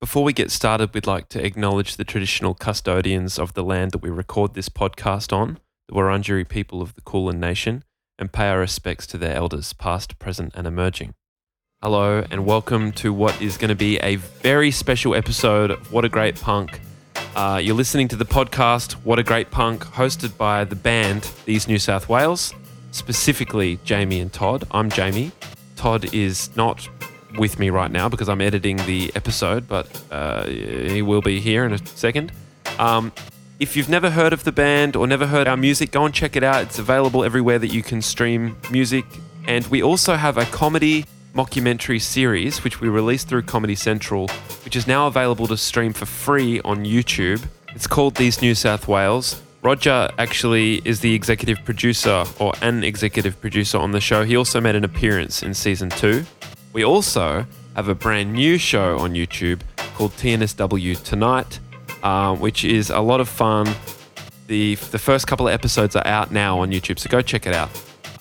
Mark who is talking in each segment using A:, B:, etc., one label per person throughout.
A: Before we get started, we'd like to acknowledge the traditional custodians of the land that we record this podcast on, the Wurundjeri people of the Kulin Nation, and pay our respects to their elders, past, present, and emerging. Hello, and welcome to what is going to be a very special episode of What a Great Punk. Uh, you're listening to the podcast What a Great Punk, hosted by the band These New South Wales, specifically Jamie and Todd. I'm Jamie. Todd is not with me right now because I'm editing the episode, but uh, he will be here in a second. Um, if you've never heard of the band or never heard our music, go and check it out. It's available everywhere that you can stream music. And we also have a comedy mockumentary series, which we released through Comedy Central, which is now available to stream for free on YouTube. It's called These New South Wales. Roger actually is the executive producer or an executive producer on the show. He also made an appearance in season two. We also have a brand new show on YouTube called TNSW Tonight, uh, which is a lot of fun. The, the first couple of episodes are out now on YouTube, so go check it out.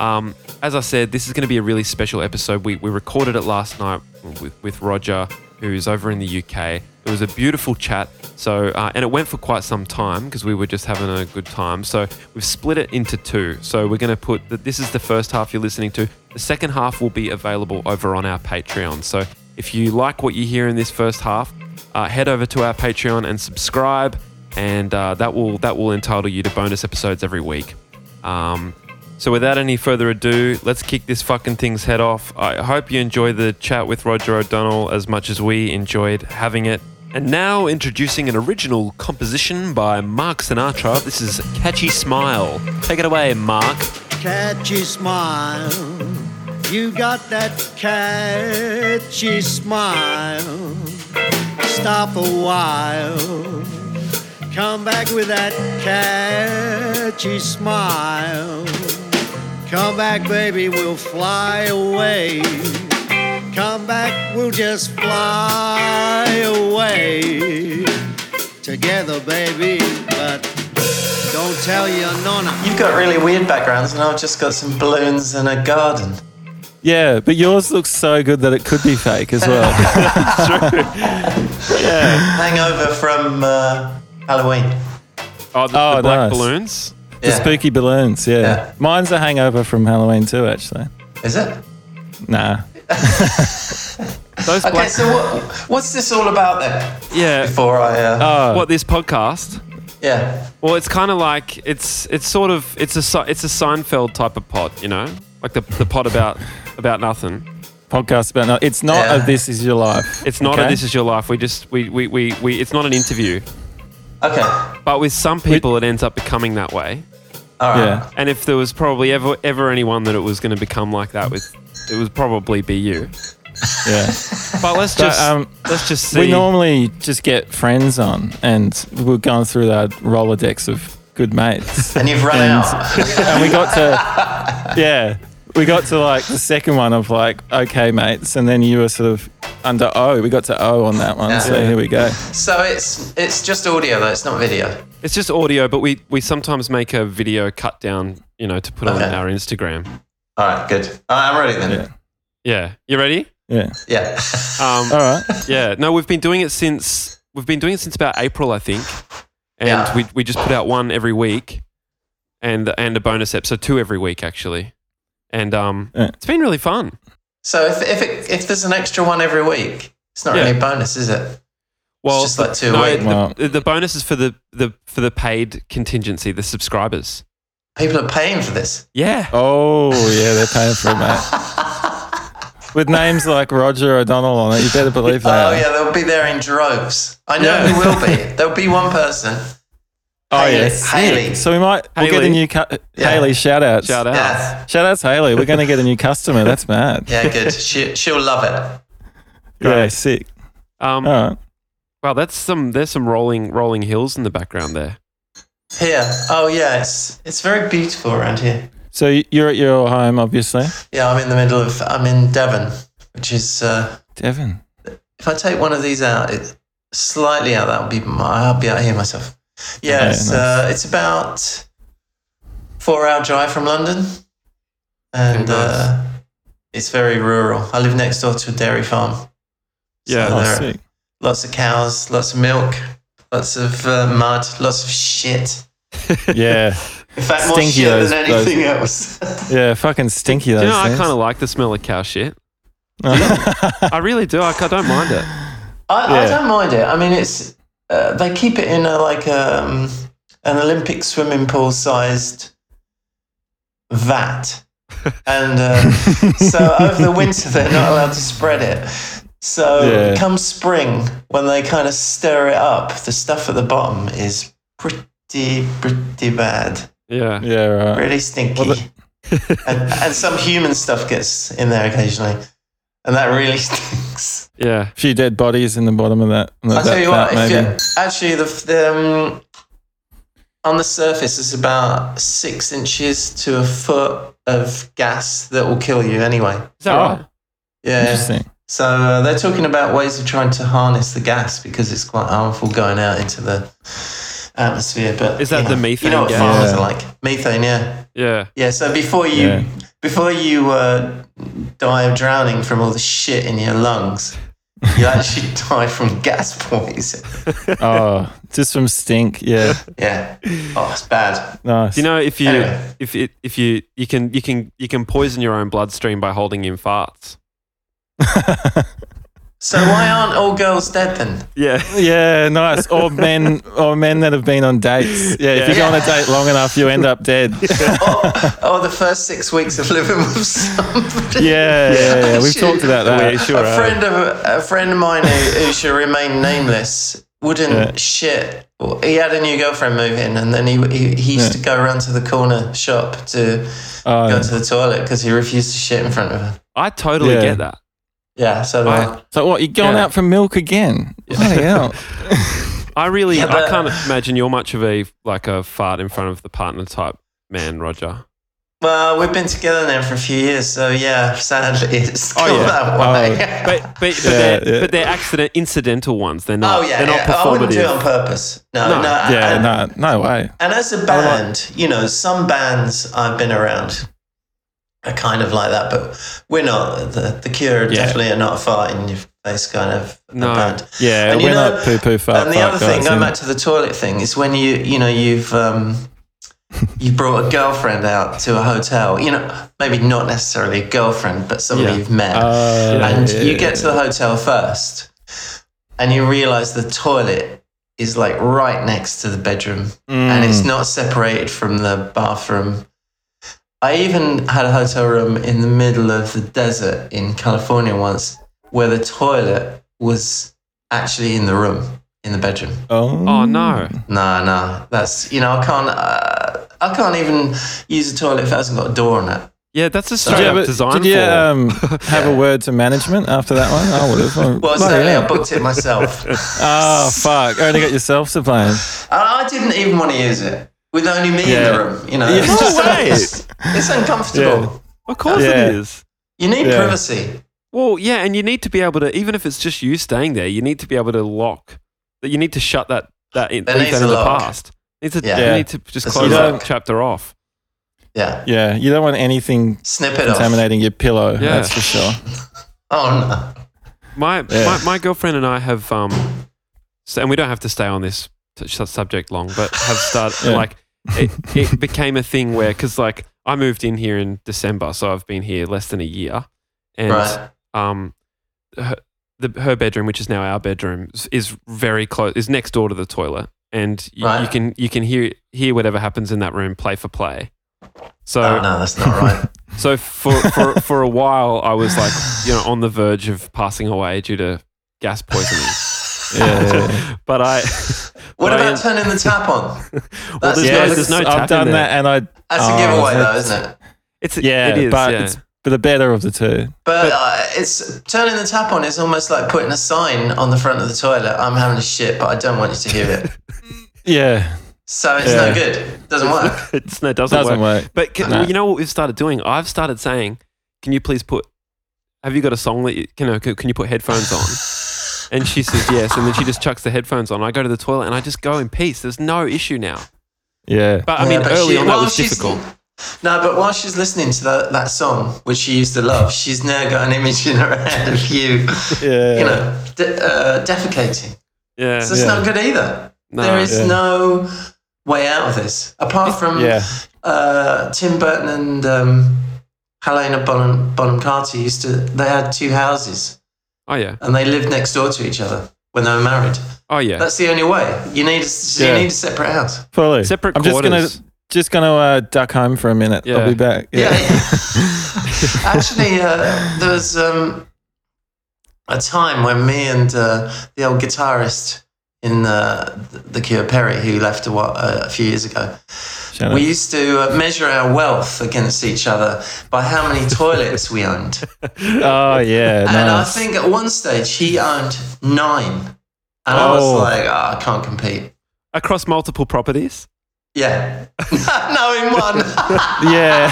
A: Um, as I said, this is going to be a really special episode. We, we recorded it last night with, with Roger, who's over in the UK. It was a beautiful chat. So, uh, and it went for quite some time because we were just having a good time. So we've split it into two. So we're going to put that this is the first half you're listening to. The second half will be available over on our Patreon. So if you like what you hear in this first half, uh, head over to our Patreon and subscribe, and uh, that will that will entitle you to bonus episodes every week. Um, so without any further ado, let's kick this fucking thing's head off. I hope you enjoy the chat with Roger O'Donnell as much as we enjoyed having it. And now introducing an original composition by Mark Sinatra. This is Catchy Smile. Take it away, Mark.
B: catchy smile. You got that catchy smile. Stop a while. Come back with that catchy smile. Come back, baby, we'll fly away. Come back, we'll just fly away. Together, baby, but don't tell your nonna.
C: You've got really weird backgrounds, and I've just got some balloons and a garden.
D: Yeah, but yours looks so good that it could be fake as well.
C: Hangover from uh, Halloween.
A: Oh, the,
D: Oh,
A: the black
D: nice.
A: balloons.
D: The
C: Yeah.
D: spooky balloons, yeah.
C: Yeah.
D: Mine's a hangover from Halloween too, actually.
C: Is it?
D: Nah.
A: Those
C: Okay,
A: black.
C: so what, what's this all about then?
A: yeah.
C: Before I, uh,
D: Oh,
A: What this podcast?
C: yeah,
A: Well, it's kind of like it's it's sort of it's a Se- it's a Seinfeld type of pot, you know, like the the pot about about nothing.
D: podcast about no, it's not
C: Yeah.
D: a This Is Your Life.
A: It's not a
D: Okay.
A: This Is Your Life. We just we we, we, we it's not an interview,
C: okay,
A: but with some people it ends up becoming that way.
C: all right.
D: Yeah.
A: And if there was probably ever ever anyone that it was going to become like that with, it would probably be you.
D: Yeah.
A: But let's
D: But,
A: just
D: um,
A: let's just see.
D: we normally just get friends on and we're going through that Rolodex of good mates.
C: And you've run
D: And-
C: out.
D: and we got to yeah we got to like the second one of like okay mates and then you were sort of under o we got to o on that one
C: Yeah.
D: so here we go
C: so it's it's just audio though. It's not video.
A: it's just audio, but we we sometimes make a video cut down, you know, to put on
C: Okay.
A: our Instagram.
C: All right, good. All right, I'm ready
D: yeah
C: then.
A: Yeah, you ready?
D: yeah
C: Yeah.
A: Um,
D: all right
A: yeah no we've been doing it since we've been doing it since about april i think and
C: Yeah.
A: we, we just put out one every week and and a bonus episode two every week actually and um
D: Yeah.
A: it's been really fun
C: so if if it, if there's an extra one every week, it's not
A: Yeah.
C: really a bonus, is it?
A: well
C: just like two
A: no,
C: a week.
A: the,
D: Wow.
A: the, bonus is for the, the for the paid contingency the subscribers
C: People are paying for this.
A: yeah
D: oh yeah they're paying for it mate with names like roger o'donnell on it you better believe that
C: Oh yeah, they'll be there in droves. I know
D: Yeah.
C: who will be. There'll be one person. Haley. Haley.
D: Oh, so we might we'll get
A: Haley.
D: a new cu-
C: Yeah.
D: haley shout outs
A: shout out
C: Yeah.
D: shout outs haley we're going to get a new customer that's mad
C: Yeah, good. She, she'll love it.
D: yeah
A: Great.
D: sick
A: um
D: all right
A: wow that's some there's some rolling rolling hills in the background there
C: Here. Oh, yeah, it's, it's very beautiful around here.
D: so y- you're at your home obviously
C: Yeah, I'm in the middle of, I'm in Devon, which is, uh,
D: devon
C: if I take one of these out, it, slightly out, that'll be, my, I'll be out here myself. Yeah,
D: Okay,
C: it's,
D: nice.
C: uh, it's about four hour drive from London. And
A: Very nice.
C: uh, it's very rural. I live next door to a dairy farm.
A: Yeah.
C: So
D: oh
C: there-
D: sick
C: Lots of cows, lots of milk, lots of uh, mud, lots of shit.
D: Yeah.
C: In fact, more
D: Stinky
C: shit
D: those-
C: than anything else.
D: Yeah. Fucking stinky,
A: Do
D: those
A: you know, I
D: things.
A: kind of like the smell of cow shit.
D: yeah.
A: I really do. I, I don't mind it.
C: I, I
D: Yeah.
C: don't mind it. I mean, it's uh, they keep it in a like um, an Olympic swimming pool sized vat, and um, so over the winter they're not allowed to spread it. So
D: Yeah.
C: come spring, when they kind of stir it up, the stuff at the bottom is pretty pretty bad,
A: Yeah.
D: Right.
C: really stinky,
D: Well, the-
C: and, and some human stuff gets in there occasionally, and that really stinks.
A: Yeah.
D: A few dead bodies in the bottom of that.
C: I'll
D: that
C: tell you what.
D: that
C: If
D: maybe.
C: you, actually, the, the um, on the surface it's about six inches to a foot of gas that will kill you anyway.
A: Is that
D: Oh.
A: right?
C: Yeah.
D: Interesting.
C: So uh, they're talking about ways of trying to harness the gas because it's quite harmful going out into the atmosphere. But
A: Is that
C: you
A: the
C: know-
A: methane
C: You know what
A: gas?
C: farmers
D: Yeah.
C: are like? Methane. Yeah.
A: Yeah.
C: Yeah. So before you
D: Yeah.
C: before you uh, die of drowning from all the shit in your lungs, you actually die from gas poisoning.
D: oh, just from stink. Yeah.
C: Yeah. Oh, it's bad.
D: Nice.
A: Do you know if you
C: Anyway.
A: if it, if you you can you can you can poison your own bloodstream by holding in farts?
C: So why aren't all girls dead then?
A: Yeah.
D: yeah, nice. Or men, or men that have been on dates. Yeah, if you go on a date long enough, you end up dead. yeah,
C: Or, or the first six weeks of living with somebody?
D: yeah, yeah, We've talked about that.
A: We sure
C: a friend of a friend of mine who, who shall remain nameless wouldn't
D: Yeah.
C: shit. He had a new girlfriend move in, and then he he, he used
D: Yeah.
C: to go around to the corner shop to
D: Oh,
C: go to the toilet because he refused to shit in front of her.
A: I totally
D: Yeah.
A: get that.
C: Yeah, so uh,
A: I-
C: I,
D: so what? You're going
A: Yeah.
D: out for milk again? Bloody hell.
A: I really
C: Yeah,
A: I
C: but-
A: can't imagine you're much of a like a fart in front of the partner type man, Roger.
C: well, we've been together now for a few years, so yeah, sadly it's
A: Oh,
C: gone
A: yeah.
C: that
D: Oh.
C: way.
A: But but, but,
D: Yeah,
A: they're,
D: yeah.
A: but they're accident incidental ones. They're not.
C: Oh yeah,
A: They're not
C: yeah. I wouldn't do it
A: performative.
C: on purpose. No,
A: No. Oh,
C: no.
D: Yeah,
C: and,
D: no, no way.
C: and as a band, you know, some bands I've been around are kind of like that, but we're not. The, the Cure
D: Yeah.
C: definitely are not a fart in your face kind of a
A: No.
C: band.
D: Yeah,
C: And you
D: we're
C: know-
D: not poo poo fart.
C: and the
D: fart
C: other thing,
D: guys,
C: going
D: and-
C: back to the toilet thing, is when you you know you've um, you brought a girlfriend out to a hotel. You know, maybe not necessarily a girlfriend, but somebody
A: Yeah.
C: you've met
D: Oh,
C: and
D: yeah,
C: you get to the hotel first and you realize the toilet is like right next to the bedroom and
D: Hmm.
C: it's not separated from the bathroom i even had a hotel room in the middle of the desert in california once where the toilet was actually in the room in the bedroom
D: Oh,
A: Oh no.
C: no no that's you know i can't uh, i can't even use a toilet if it hasn't got a door on it
A: Yeah, that's a
D: Did
A: straight
D: you,
A: up
D: ever,
A: design
D: did you
A: flaw.
D: um, have a word to management after that one? I would have.
C: well
D: Bloody
C: sadly
D: hell.
C: i booked it myself
D: Oh fuck! Only got yourself to blame.
C: And I didn't even want to use it with only me in
D: Yeah.
C: the room. You know,
D: Yeah.
C: it's,
D: No
C: just,
A: way.
C: it's, it's uncomfortable.
A: Of course
D: Yeah.
A: it is.
C: You need
D: Yeah.
C: privacy.
A: Well, yeah, and you need to be able to, even if it's just you staying there, you need to be able to lock. That you need to shut that that in,
C: There
A: leave
C: needs
A: that
C: a
A: in the
C: lock.
A: past. Needs to,
C: Yeah.
A: You
D: Yeah.
A: need to just
C: There's a
A: close that
D: lock.
A: chapter off.
C: Yeah,
D: Yeah, you don't want anything
C: snip it off.
D: contaminating your pillow.
A: Yeah.
D: That's for sure.
C: Oh no.
A: My,
D: Yeah.
A: my my girlfriend and I have um, s- and we don't have to stay on this t- su- subject long, but have started
D: Yeah.
A: like it, it became a thing where because like I moved in here in December, so I've been here less than a year, and
C: Right.
A: um, her, the, her bedroom, which is now our bedroom, is, is very close, is next door to the toilet, and you, you
C: Right.
A: can you can hear hear whatever happens in that room, play for play. So
C: Oh no, that's not right.
A: so for, for for a while, I was like, you know, on the verge of passing away due to gas poisoning.
D: Yeah, yeah, yeah.
A: but I,
C: What
A: But I
C: about
A: am-
C: turning the tap on?
A: well,
C: That's-
A: there's
C: yeah,
A: no, there's no
D: I've
A: tap in
D: done
A: there.
D: that, and I.
C: That's a
D: Oh,
C: giveaway, though,
D: that's-
C: isn't it?
A: It's
D: Yeah,
A: it is,
D: but
A: yeah.
D: it's for the better of the two.
C: But, uh, it's turning the tap on is almost like putting a sign on the front of the toilet. I'm having a shit, but I don't want you to hear it.
D: Yeah,
C: So it's
D: Yeah.
C: no good. Doesn't work.
A: It's- no, it doesn't,
D: doesn't
A: work.
D: work.
A: But can,
D: No.
A: well, you know what we've started doing? I've started saying, "Can you please put? Have you got a song that you, you know? Can, can you put headphones on?" And she says yes, and then she just chucks the headphones on. I go to the toilet and I just go in peace. There's no issue now.
D: Yeah,
A: But I
C: Yeah,
A: mean,
C: but
A: early
C: she-
A: on that
C: well,
A: was
C: she's-
A: difficult.
C: No, but while she's listening to that, that song, which she used to love, she's now got an image in her head of you,
D: Yeah.
C: you know, de- uh, defecating.
A: Yeah.
C: So it's
D: Yeah.
C: not good either.
A: No,
C: there is
D: yeah.
C: no way out of this apart from
D: Yeah.
A: um,
C: uh, Tim Burton and um, Helena Bonham, Bonham Carter used to. They had two houses
A: Oh yeah.
C: and they lived next door to each other when they were married.
A: Oh yeah.
C: That's the only way. You need a, s- you
D: Yeah.
C: need a separate house.
D: Fully.
A: Separate
D: I'm just gonna
A: quarters.
D: just gonna uh, duck home for a minute.
A: Yeah.
D: I'll be back.
C: Yeah. Actually, uh, there was um, a time when me and uh, the old guitarist in uh, the Cure Perry, who left a, while, uh, a few years ago,
D: Shout out.
C: we used to uh, measure our wealth against each other by how many toilets we owned.
D: Oh yeah.
C: And
D: nice.
C: I think at one stage he owned nine. And I
D: Oh.
C: was like, "Ah, I can't compete.
A: Across multiple properties.
C: Yeah. no, in one. uh,
D: yeah.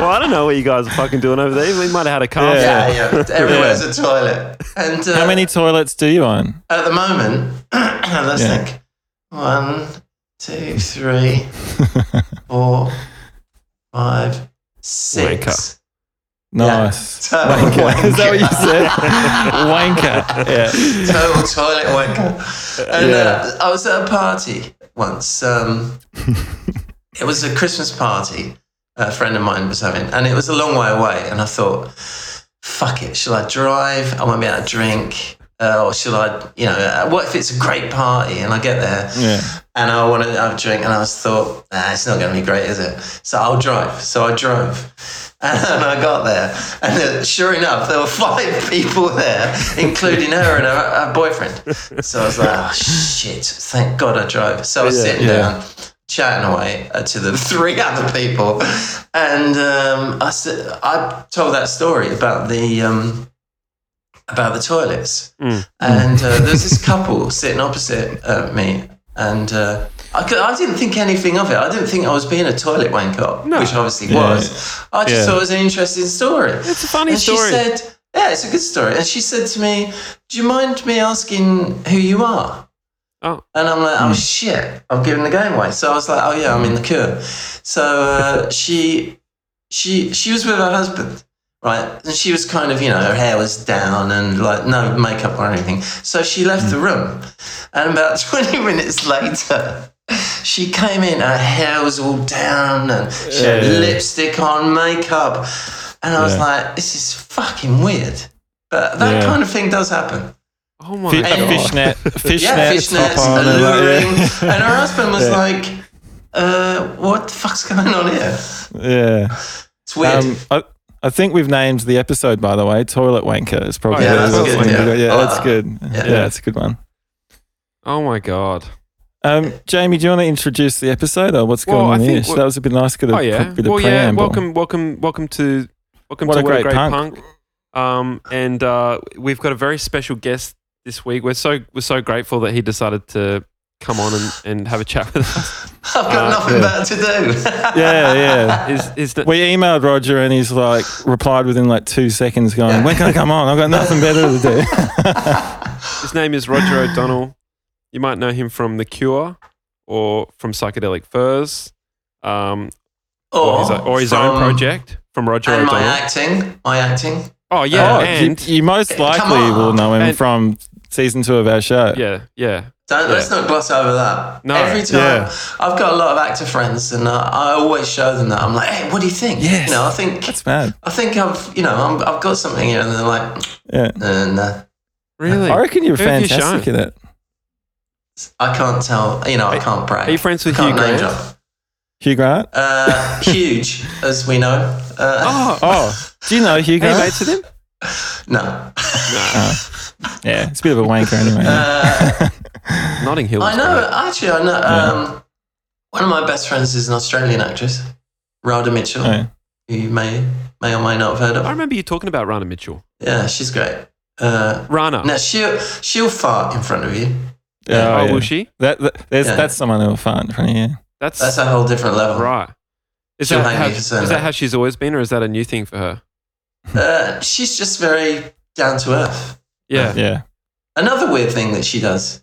A: well, I don't know what you guys are fucking doing over there. We might have had a car.
D: Yeah.
C: yeah, yeah. Everywhere's a toilet. And uh,
D: How many toilets do you own?
C: at the moment, let's
D: Yeah.
C: think. One, two, three, four, five, six.
D: Nice.
C: Yeah. Total
D: Wanker. Is that what you
C: wanker.
D: said? wanker.
C: Total toilet wanker. And
D: Yeah.
C: uh, I was at a party once. Um, it was a Christmas party a friend of mine was having, and it was a long way away. And I thought, fuck it, shall I drive? I won't be able to drink. Uh, or shall I, you know, uh, what if it's a great party and I get there
D: Yeah.
C: and I want to have a drink and I was thought, nah, it's not going to be great, is it? So I'll drive. So I drove and I got there. And uh, sure enough, there were five people there, including her and her, her boyfriend. So I was like, oh, shit, thank God I drove. So I was sitting
D: yeah.
C: down, chatting away uh, to the three other people. And um, I, said, I told that story about the. Um, about the toilets. And uh, there's this couple sitting opposite uh, me. And uh, I, cou- I didn't think anything of it. I didn't think I was being a toilet wanker, which obviously was. I just
D: Yeah.
C: thought it was an interesting story. It's
A: a funny
C: and
A: story.
C: She said, yeah, it's a good story. And she said to me, Do you mind me asking who you are?
A: Oh.
C: And I'm like, oh shit, I've given the game away. So I was like, oh yeah, I'm in the cure. So uh, she, she, she was with her husband, right? And she was kind of, you know, her hair was down and like no makeup or anything. So she left the room, and about 20 minutes later. She came in, her hair was all down and she had
D: Yeah.
C: lipstick on, makeup. And I was
D: Yeah.
C: like, this is fucking weird. But that
D: Yeah.
C: kind of thing does happen.
A: Oh my
D: Fi-
A: god.
D: a fishnet. Fishnet.
C: Yeah,
D: top
C: fishnets,
D: on and like-
C: alluring. And her husband was
D: Yeah.
C: like, uh, what the fuck's going on here?
D: Yeah.
C: It's weird.
D: Um, I, I think we've named the episode, by the way. Toilet wanker is probably
A: yeah,
D: the
A: that's
D: best
A: good,
D: one to
A: yeah.
D: go-
C: Oh,
D: that's good. Yeah. that's a good one.
A: Oh my god.
D: Um, Jamie, do you want to introduce the episode or what's going
A: Well, I
D: on here?
A: think what-
D: that was a bit nice, good
A: Oh
D: of,
A: yeah.
D: bit of
A: Well yeah.
D: preamble.
A: Welcome, welcome, welcome to welcome
D: What
A: to
D: a
A: What
D: Great Punk.
A: Um, and uh, we've got a very special guest this week. We're so we're so grateful that he decided to come on and, and have a chat with us.
C: I've got nothing better to do.
D: Yeah, uh, yeah.
A: Is is that,
D: We emailed Roger and he's like replied within like two seconds, going, "When can I come on? I've got nothing better to do."
A: His name is Roger O'Donnell. You might know him from The Cure or from Psychedelic Furs um, or, his, or his own
C: Oh, from-
A: project from Roger
C: And my
A: O'Donnell.
C: acting, my acting.
A: oh, yeah.
D: Oh, you-
A: and
D: you, most
C: Come
D: likely
C: on.
D: will know him
A: And-
D: from season two of our show.
A: yeah, yeah.
C: Don't, Let's not gloss over that.
A: No.
C: Every time
D: Yeah.
C: I've got a lot of actor friends, and I, I always show them that. I'm like, hey, what do you think?
D: Yes.
C: You know, I think
D: That's mad.
C: I think I've you know I'm, I've got something here, and they're like,
D: Yeah,
C: "Uh, no,
A: Really?
D: I reckon you're
A: Who have you
D: fantastic
A: shown?
D: at it.
C: I can't tell. You know, I can't brag.
A: Are you friends with
C: can't
A: Hugh
C: name
A: Grant?
C: drop.
D: Hugh Grant.
C: Uh, huge, as we know. Uh,
A: Oh,
D: Oh, do you know Hugh
A: are you
D: Grant?
A: mates with him?
C: No,
D: Yeah, it's a bit of a wanker anyway.
A: Uh, Notting Hill.
C: Uh, I
A: is
C: know.
A: great.
C: Actually, I know. Um, one of my best friends is an Australian actress, Rhoda Mitchell,
D: Oh, yeah.
C: who you may may or may not have heard
A: I
C: of.
A: remember you talking about Rana Mitchell.
C: Yeah, she's great. Uh,
A: Rana.
C: now she'll she'll fart in front of you.
D: Yeah,
A: oh,
D: yeah.
A: will she?
D: That, that- there's,
C: Yeah.
D: That's someone who will fart in front of you.
A: That's,
C: That's a whole different level.
A: right. Is
C: She'll
A: that,
C: hate
A: how,
C: me for
A: is
C: saying
A: that
C: that.
A: how she's always been, or is that a new thing for her?
C: Uh, she's just very down to earth.
A: Yeah.
D: Yeah.
C: Another weird thing that she does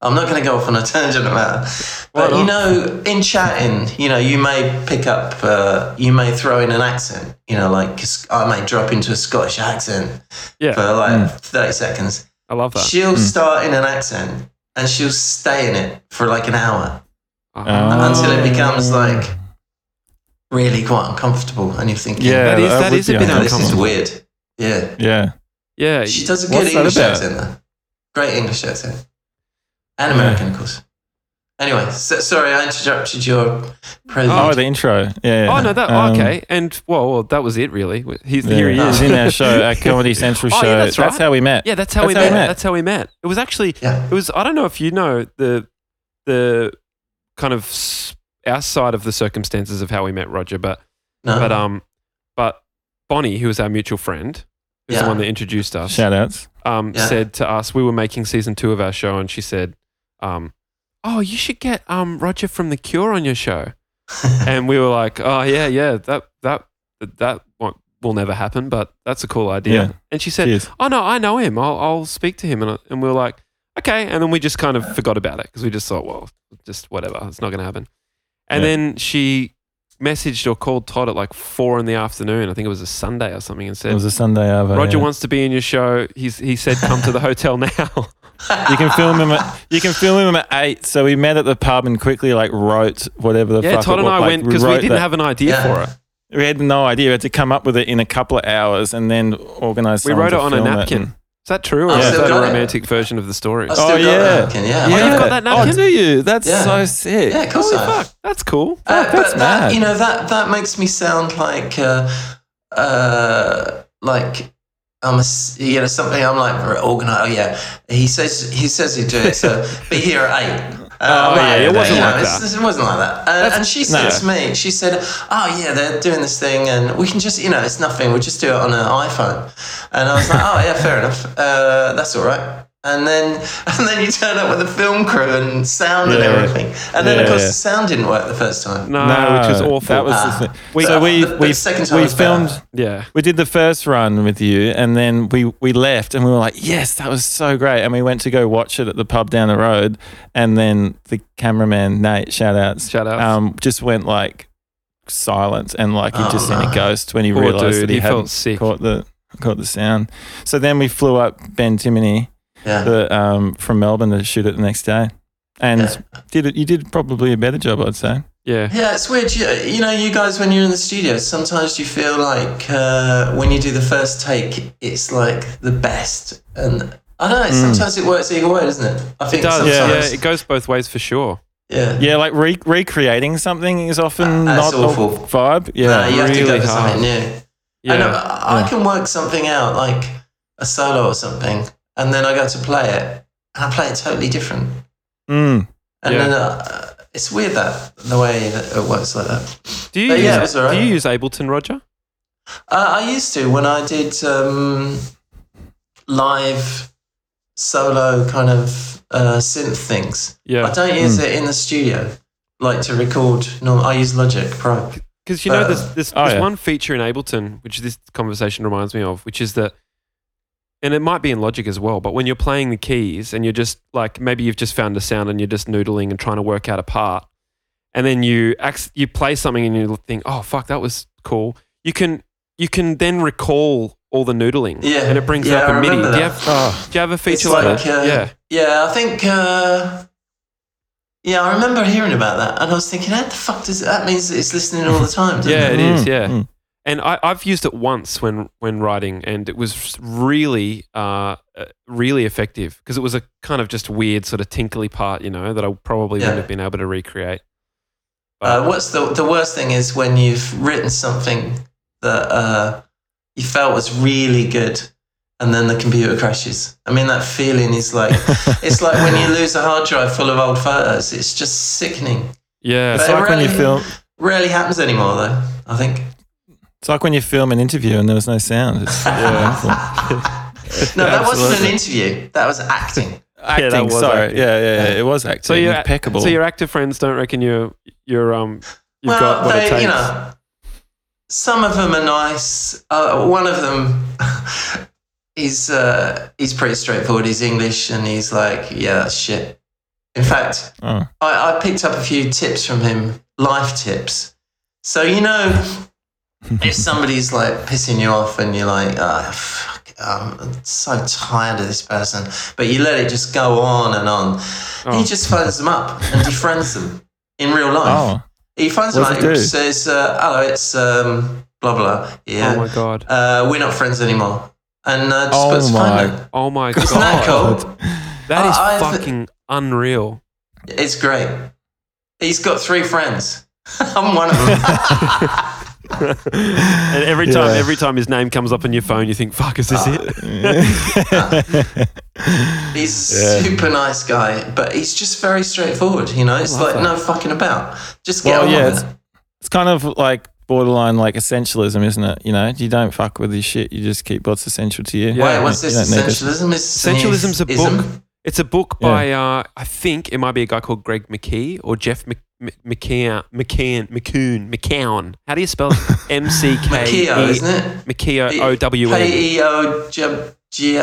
C: I'm not going to go off on a tangent about, but
A: Why
C: you
A: not?
C: know, in chatting, you know, you may pick up, uh, you may throw in an accent, you know, like 'cause I may drop into a Scottish accent
A: Yeah,
C: for like 30 seconds.
A: I love that.
C: She'll start in an accent and she'll stay in it for like an hour
A: Ah.
D: Oh.
C: until it becomes like really quite uncomfortable, and you're thinking,
D: Yeah,
A: That is- that
D: would
A: is a
D: be
A: bit
C: "No, this is
A: uncomfortable.
C: weird. Yeah,
D: Yeah.
A: yeah,
C: she does a good
D: What's that
C: English
D: about?
C: accent though. Great English accent, and American, of course. Anyway, so, sorry I interrupted your prelude.
D: Oh, the intro. Yeah. yeah.
A: Oh no, that
D: Um,
A: okay. And well, well, that was it really. He's,
D: yeah.
A: Here he is.
D: He's in our show, our Comedy Central
A: Oh,
D: show.
A: yeah, that's right.
D: how we met.
A: Yeah, that's how, we, met. That's how we met. It was actually
C: Yeah.
A: it was I don't know if you know the the kind of s- our side of the circumstances of how we met Roger, but
C: no.
A: but um but Bonnie, who was our mutual friend, who's
C: Yeah.
A: the one that introduced us,
D: Shout outs.
A: um,
C: Yeah.
A: said to us we were making season two of our show, and she said, um, "Oh, you should get um Roger from The Cure on your show," and we were like, "Oh yeah, yeah, that that that won't, will never happen, but that's a cool idea."
D: Yeah.
A: And she said,
D: Cheers.
A: oh no, I know him. I'll, I'll speak to him. And, I- and we were like, okay. And then we just kind of forgot about it because we just thought, well, just whatever. It's not going to happen. And
D: Yeah.
A: then she messaged or called Todd at like four in the afternoon. I think it was a Sunday or something and
D: It
A: said,
D: was a Sunday uh, over.
A: Roger
D: yeah.
A: wants to be in your show. He's, he said, come to the hotel now.
D: You can film him. At, you can film him at eight. So we met at the pub and quickly like wrote whatever the
A: yeah,
D: fuck.
A: Todd
D: it
A: and
D: was,
A: I
D: like,
A: went because we
D: wrote
A: didn't
D: that-
A: have an idea
C: Yeah.
A: for it.
D: We had no idea. We had to come up with it in a couple of hours and then organize.
A: We
D: someone
A: wrote
D: to
A: it on a
D: film
A: napkin.
D: and-
A: Is that true? Or
C: I've
A: is
C: still
A: that a
C: got it.
A: romantic version of the story?
C: I still
D: Oh,
C: got
D: yeah.
C: that napkin, yeah.
A: Oh,
C: I
A: you've
D: yeah.
A: got that
D: Oh,
A: napkin?
D: do you? That's
C: Yeah.
D: so sick.
C: Yeah, of course
A: Holy
C: I have.
A: fuck, Oh, that's cool.
C: Uh,
D: that's
C: but that,
D: mad.
C: you know that that makes me sound like uh, uh, like I'm a, s- you know something. I'm like organized. Oh yeah, he says he says he'd do it. So be here at eight. Uh,
A: Oh, yeah, it wasn't
C: you know,
A: like
C: it's-
A: that.
C: It wasn't like that. Uh, And, and she said
D: no.
C: to me, she said, "Oh yeah, they're doing this thing, and we can just, you know, it's nothing. We'll just do it on an iPhone." And I was like, "Oh yeah, fair enough. Uh, that's all right." And then, and then you turn up with a film crew and sound and
D: Yeah.
C: everything. And then, of
D: Yeah,
C: course,
D: yeah.
C: the sound didn't work the first time.
A: No, which was awful.
D: That was
C: Ah.
D: the thing.
C: We-
D: so we
C: The- the
D: we,
C: second time
D: we
C: was better.
D: filmed.
A: yeah.
D: We did the first run with you, and then we we left, and we were like, "Yes, that was so great!" And we went to go watch it at the pub down the road, and then the cameraman Nate, shout outs,
A: Shout outs.
D: um, just went like silent, and like he would just
C: Oh,
D: seen
C: no.
D: a ghost when he
A: Poor
D: realised
A: dude,
D: that he,
A: he felt
D: hadn't
A: sick.
D: caught the caught the sound. So then we flew up Ben Timoney
C: Yeah.
D: the, um, from Melbourne to shoot it the next day, and
C: Yeah.
D: did it. You did probably a better job, I'd say.
A: Yeah.
C: Yeah, it's weird. You, you know, you guys, when you're in the studio, sometimes you feel like uh, when you do the first take, it's like the best. And I don't know, sometimes it works either way, doesn't it? I think
A: Mm. It does. Yeah.
C: sometimes.
A: it goes both ways for sure.
C: Yeah.
D: Yeah, like re- recreating something is often
C: Ah, That's
D: not
C: awful.
D: the vibe. Yeah,
C: No, you have to
A: really
C: go for
A: hard.
C: something new.
A: Yeah.
C: And I, I can work something out, like a solo or something, and then I go to play it, and I play it totally different.
D: Mm.
C: And
A: Yeah.
C: then uh, it's weird that the way that it works like that.
A: Do you
C: But
A: use,
C: Uh, yeah, it was alright.
A: do you use Ableton, Roger?
C: Uh, I used to when I did um, live solo kind of uh, synth things. I
A: Yeah, Hmm.
C: don't use it in the studio, like to record. No, I use Logic Pro.
A: because you know
C: Uh,
A: there's there's,
D: oh,
A: there's
D: yeah.
A: one feature in Ableton which this conversation reminds me of, which is that, and it might be in Logic as well. But when you're playing the keys and you're just like maybe you've just found a sound and you're just noodling and trying to work out a part, and then you ac- you play something and you think, oh fuck, that was cool. You can you can then recall all the noodling,
C: Yeah,
A: and it brings
C: yeah,
A: up
C: I
A: a MIDI.
C: remember
A: Do you,
C: that.
A: have, do you have a feature
C: It's
A: like,
C: like,
A: that?
C: uh,
A: yeah,
C: Yeah, I think. Uh, yeah, I remember hearing about that, and I was thinking, how the fuck does that means it's listening all the time? doesn't
A: Yeah,
C: it?
A: it is.
D: Mm,
A: Yeah,
D: mm.
A: and I, I've used it once when when writing, and it was really, uh, uh, really effective because it was a kind of just weird sort of tinkly part, you know, that I probably
C: Yeah.
A: wouldn't have been able to recreate.
C: Uh, what's the the worst thing is when you've written something that uh, you felt was really good, and then the computer crashes. I mean, that feeling is like it's like when you lose a hard drive full of old photos. It's just sickening.
A: Yeah,
D: It's
C: But
D: like when you
C: really-
D: film.
C: Rarely happens anymore, though. I think.
D: It's like when you film an interview and there was no sound. It's yeah,
C: No, that wasn't
D: Absolutely.
C: an interview. That was acting.
D: acting.
A: that was
D: sorry.
A: acting.
D: Yeah, yeah, yeah. It was acting.
A: so you're
D: impeccable.
A: So your actor friends don't reckon you're you're um you've
C: well,
A: got what
C: they,
A: it takes.
C: you know, some of them are nice. Uh, one of them is uh, he's pretty straightforward. He's English, and he's like, yeah, that's shit. In fact,
D: Oh.
C: I, I picked up a few tips from him, life tips. So you know, if somebody's like pissing you off and you're like, oh, fuck, I'm so tired of this person, but you let it just go on and on,
A: Oh.
C: he just phones them up and defriends them in real life.
D: Oh.
C: He phones
D: What
C: them up
D: does it
C: and
D: do?
C: says, uh, hello, it's um, blah blah. Yeah,
A: Oh my god.
C: uh, we're not friends anymore, and uh, just
D: Oh
C: puts the
D: my
C: phone down.
A: Oh my
C: Isn't that
A: god.
C: cool?
A: That is
C: I- I-
A: fucking unreal.
C: It's great. He's got three friends. I'm one of them.
A: And every time,
D: Yeah.
A: every time his name comes up on your phone, you think, "Fuck, is
C: Uh,
A: this it?"
C: he's a
D: Yeah.
C: super nice guy, but he's just very straightforward. You know, it's
A: love
C: like
A: that.
C: no fucking about. Just get
D: well,
C: on
D: yeah,
C: with
D: it's, it's kind of like borderline like essentialism, isn't it? You know, you don't fuck with this shit. You just keep what's essential to you.
C: it.
A: yeah,
C: Wait, what's
D: you
C: this?
D: don't need this.
C: Essentialism is
A: Essentialism's a book.
C: ism?
A: It's a book by, uh, I think it might be a guy called Greg McKee or Jeff Mc- Mc- McCann, McCann, McCoon, McCown. How do you spell it? M C K E
C: Makio, isn't it?
A: McKeo O W N.
C: K E O J G. E.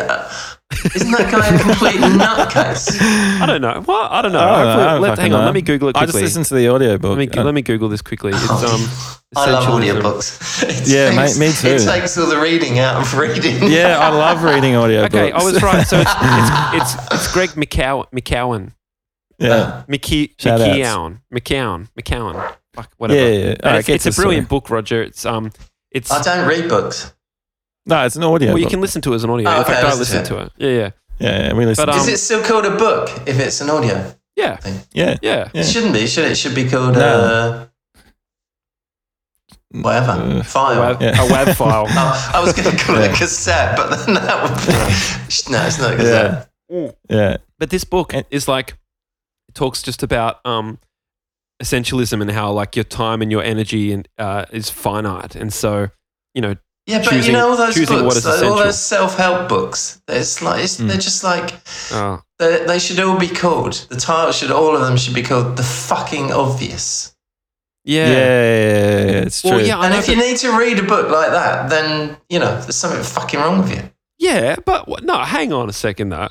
C: Isn't that guy a complete nutcase?
A: I don't know. What? I don't know. Hopefully-
D: I don't know, I don't
A: let-
D: fucking
A: hang on.
D: know.
A: Let me Google it
D: I
A: quickly.
D: just listened to the
A: let
D: audiobook.
A: me let me Google this quickly. It's um.
C: Oh. I love
A: essentialism.
C: audiobooks. It
D: Yeah, mate, me
C: It
D: too.
C: takes all the reading out of reading.
D: yeah, I love reading audiobooks.
A: Okay, I was right. So it's it's it's, it's Greg McCow- McCowan.
D: yeah.
A: McKe-
D: Shout outs.
A: McKeown. McCown. McCown. Fuck,
D: Yeah,
A: whatever.
D: yeah. yeah.
A: And
D: All right,
A: it's
D: get
A: it's a
D: to the
A: brilliant book, Roger. It's um, it's
C: I don't read books.
D: story. No, it's an audio.
A: well, you can listen to it as an audio.
C: Oh,
A: In fact,
C: okay,
A: I
C: listen
A: listen to
C: to
A: it. Yeah, yeah,
D: yeah, yeah, we listen.
A: But,
D: to
A: um,
C: Is it still called a book if it's an audio?
A: yeah,
D: yeah,
A: yeah.
D: Yeah.
C: It shouldn't be, should it? It should be called
D: No.
C: uh, whatever.
D: Uh,
A: A,
C: File.
A: web,
D: Yeah.
A: a web file.
C: Oh, I was going to call it
D: Yeah.
C: a cassette, but then that would be. No, it's not a
D: yeah,
C: cassette.
A: Mm.
D: yeah.
A: But this book
D: And-
A: is like it talks just about um, essentialism and how like your time and your energy and uh, is finite, and so you know,
C: Yeah, but
A: Choosing-
C: you know all those
A: choosing what
C: books,
A: is
C: like, all
A: essential.
C: those self-help books. It's like it's, they're
D: Mm.
C: just like
A: uh,
C: they, they should all be called. The title should all of them should be called "The Fucking Obvious."
A: yeah.
D: Yeah, yeah, yeah, it's true.
A: Well, yeah, I
C: And
A: know,
C: if you
A: but-
C: need to read a book like that, then you know there's something fucking wrong with you.
A: yeah, but what- no, hang on a second though.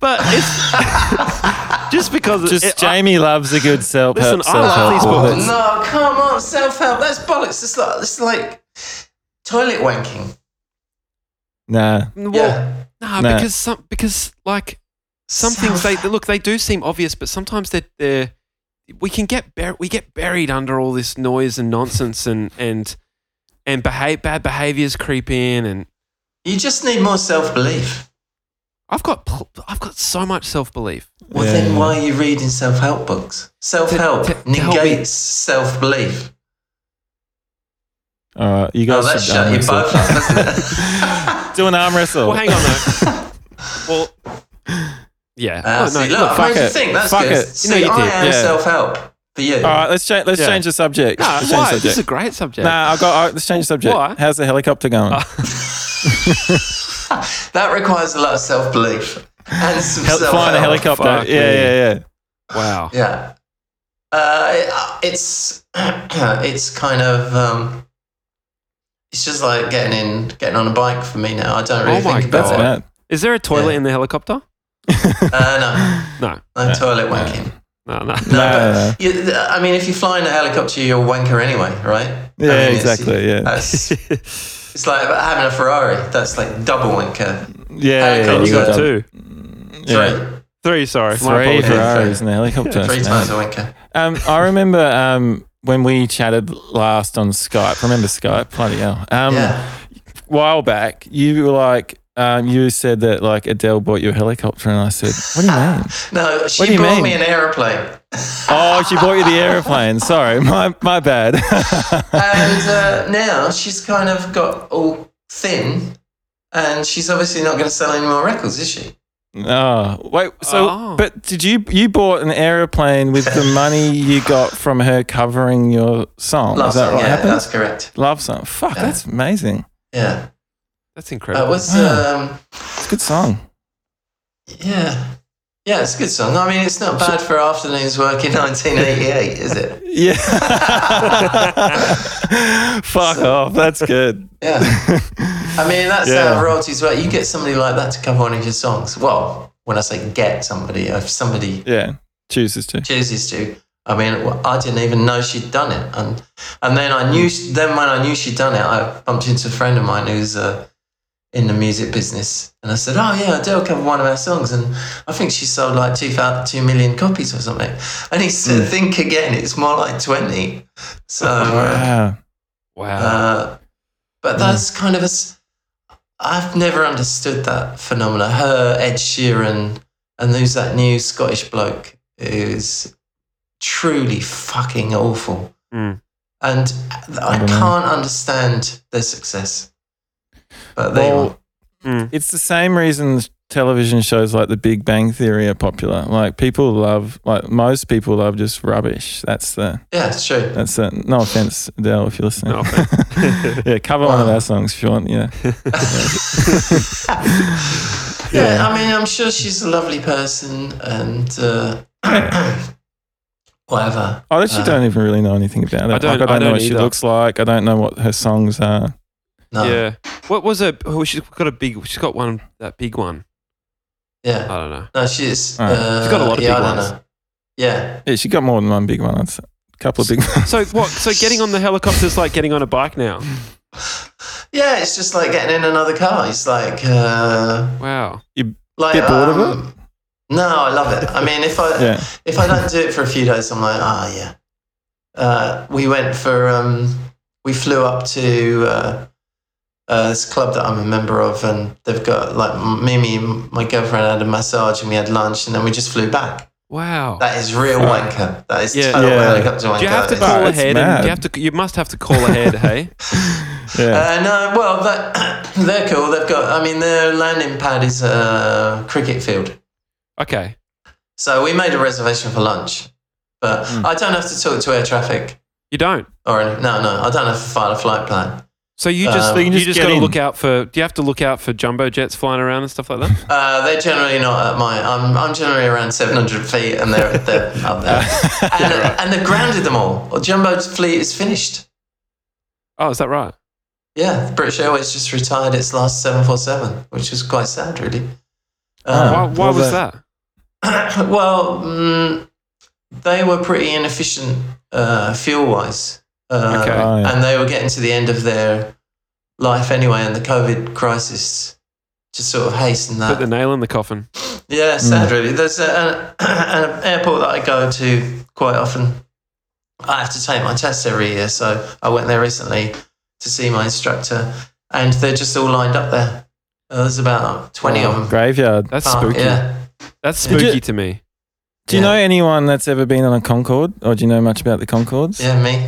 A: but it's just because
D: Just
A: it, I-
D: Jamie loves a good self
A: Listen,
D: help.
A: I love these
C: Oh,
A: books.
C: no, come on, self help. That's bollocks. It's like, it's like toilet wanking.
D: Nah,
A: well,
C: yeah.
A: no,
D: No.
A: because some because like some things they they- look they do seem obvious, but sometimes they're, they're we can get bur- we get buried under all this noise and nonsense and and and behave, bad behaviors creep in and
C: You just need more self belief.
A: I've got pl- I've got so much self belief.
C: Well,
D: Yeah.
C: then why are you reading self help books? Self help
A: To- to- to help me-
C: negates self belief.
D: all right, you
C: Oh,
D: guys
C: that
D: should arm
C: shut you both
D: wrestle.
C: up, doesn't it?
D: Do an arm wrestle.
A: Well, hang on though. well, yeah, Oh,
C: Ah,
A: no,
C: see,
A: no,
C: look,
A: look,
C: I made
D: fuck
C: you
D: it.
C: think. That's
D: Fuck
C: good.
D: it.
C: See,
A: No, you
C: I
A: did.
C: am
D: Yeah.
C: self help for you.
D: All right, let's change. Let's
A: Yeah.
D: change the subject.
A: no,
D: Let's change
A: why?
D: the
A: This is a
D: subject.
A: great subject.
D: Nah, I've got. all right, let's change the subject.
A: Why?
D: How's the helicopter going?
C: That requires a lot of self belief and some
D: Hel-
C: self
D: flying a
C: help.
D: helicopter.
A: Oh, Fuck
D: yeah,
A: me.
D: yeah, yeah.
A: Wow.
C: Yeah. Uh, it- it's it's kind of um, it's just like getting in getting on a bike for me now. I don't really
A: Oh my
C: think
D: That's
C: about
D: bad.
A: Is there a toilet
C: Yeah.
A: in the helicopter?
C: it. Uh,
A: No,
C: no, no toilet wanking.
A: no, no.
C: No,
D: No,
C: but
D: no, no.
C: You, th- I mean, if you fly in a helicopter, you're a wanker anyway, right?
D: Yeah,
C: I mean, it's-
D: exactly. Yeah,
C: That's, it's like having a Ferrari. That's like double wanker.
D: yeah. yeah,
C: helicopter.
A: And you got two,
C: Yeah.
D: Yeah.
C: Three,
A: three. Sorry, My
D: Three
A: apologies.
D: Ferraris in a helicopter.
C: three
D: man.
C: times a wanker.
D: Um, I remember um, when we chatted last on Skype. Remember Skype? Bloody hell. Um,
C: yeah.
D: While back, you were like, um, you said that like Adele bought you a helicopter, and I said, "What do you mean?"
C: No,
D: do
C: she
D: you
C: bought
D: mean?
C: me an aeroplane.
D: oh, she bought you the aeroplane. Sorry, my my bad.
C: and uh, now she's kind of got all thin, and she's obviously not going to sell any more records, is she?
D: oh, wait. So,
A: Oh.
D: but did you you bought an aeroplane with the money you got from her covering your song?
C: Love
D: Is that
C: song,
D: what
C: yeah,
D: happened?
C: that's correct.
D: Love song. Fuck, that's amazing.
C: Yeah,
A: That's
C: that
A: incredible.
C: was um,
D: It's a good song.
C: yeah, yeah. It's a good song. I mean, it's not bad for afternoons work in 1988, is it?
D: Yeah. Fuck off. That's good.
C: Yeah. I mean, that's
D: Yeah.
C: how royalties work. You get somebody like that to cover one of your songs. Well, when I say get somebody, if somebody
D: Yeah. chooses to.
C: chooses to. I mean, well, I didn't even know she'd done it, and and then I knew. Then when I knew she'd done it, I bumped into a friend of mine who's uh, in the music business, and I said, "Oh yeah, Adele covered one of our songs, and I think she sold like two thou- two million copies or something." And he said, "Think again, it's more like 20. So. uh,
D: Wow.
A: Wow.
C: uh,
A: Mm.
C: but that's kind of a. s- I've never understood that phenomena. Her, Ed Sheeran, and there's that new Scottish bloke who's truly fucking awful.
A: Mm.
C: And I
D: don't know.
C: can't understand their success. But they
D: Well,
C: are.
A: Mm.
D: It's the same reason television shows like The Big Bang Theory are popular. Like people love, like most people love just rubbish. That's the
C: Yeah, it's true.
D: that's the. No offense, Adele, if you're listening.
A: No offense.
D: yeah, cover one of
C: Wow.
D: our songs if you want. Yeah,
C: yeah, I mean, I'm sure she's a lovely person and uh, whatever.
D: I actually
C: Uh,
D: don't even really know anything about her.
A: I don't-
D: Like, I don't
A: I don't
D: know what she
A: either.
D: looks like. I don't know what her songs are.
C: No. Yeah.
A: Yeah. What was a? Oh, she's got a big. She's got one. That big one. I don't know.
C: No, she's.
D: Alright.
C: Uh,
A: She's got a lot of
C: yeah,
A: big
C: I don't
A: ones.
C: know. Yeah.
D: Yeah, she got more than one big one. I'd say. A couple of big ones.
A: So what? So getting on the helicopter is like getting on a bike now.
C: Yeah, it's just like getting in another car. It's like. Uh,
A: Wow.
C: like
D: Get bored of
C: um, No, I love it. I mean, if I
D: Yeah.
C: if I don't do it for a few days, I'm like, ah, yeah. Uh, we went for. Um, we flew up to uh, uh, this club that I'm a member of, and they've got like Mimi, my girlfriend, had a massage, and we had lunch, and then we just flew back.
A: Wow.
C: That is real wanker. That is
A: Yeah.
C: total
D: Yeah.
C: helicopter wanker.
A: Do you have to
C: It's-
A: call
D: No, it's
A: ahead? And
D: mad.
A: do you have to. You must have to call ahead. hey.
D: Yeah.
C: Uh, no, well, that, they're cool. They've got, I mean, their landing pad is a cricket field.
A: Okay.
C: So we made a reservation for lunch, but
D: Hmm.
C: I don't have to talk to air traffic
A: You don't.
C: or any- no, no, I don't have to file a flight plan.
A: So you just
C: Um, So
A: you
D: you
A: just,
D: just get
A: got to
D: in.
A: look out for. Do you have to look out for jumbo jets flying around and stuff like that?
C: Uh, they're generally not at my. I'm, I'm generally around 700 feet, and they're they're up there. And, and they grounded them all. Well, Jumbo Fleet is finished.
A: Oh, is that right?
C: Yeah, British Airways just retired its last 747, which is quite sad, really.
D: Oh.
C: Uh,
A: Why, why
D: well,
A: was
D: that-
A: that?
C: Well, mm, they were pretty inefficient uh, fuel wise. Uh,
A: Okay.
D: Oh, yeah.
C: And they were getting to the end of their life anyway, and the COVID crisis just sort of hastened
A: Put
C: that.
A: the nail in the coffin.
D: Mm.
C: yeah, sad really. There's a, an, an airport that I go to quite often. I have to take my tests every year, so I went there recently to see my instructor, and they're just all lined up there. Uh, there's about 20 of them.
D: Graveyard.
A: That's
C: Parked,
A: spooky.
C: uh, Yeah.
A: That's
C: Yeah.
A: spooky to me.
D: Do you
C: Yeah.
D: know anyone that's ever been on a Concorde, or do you know much about the Concords?
C: yeah, me.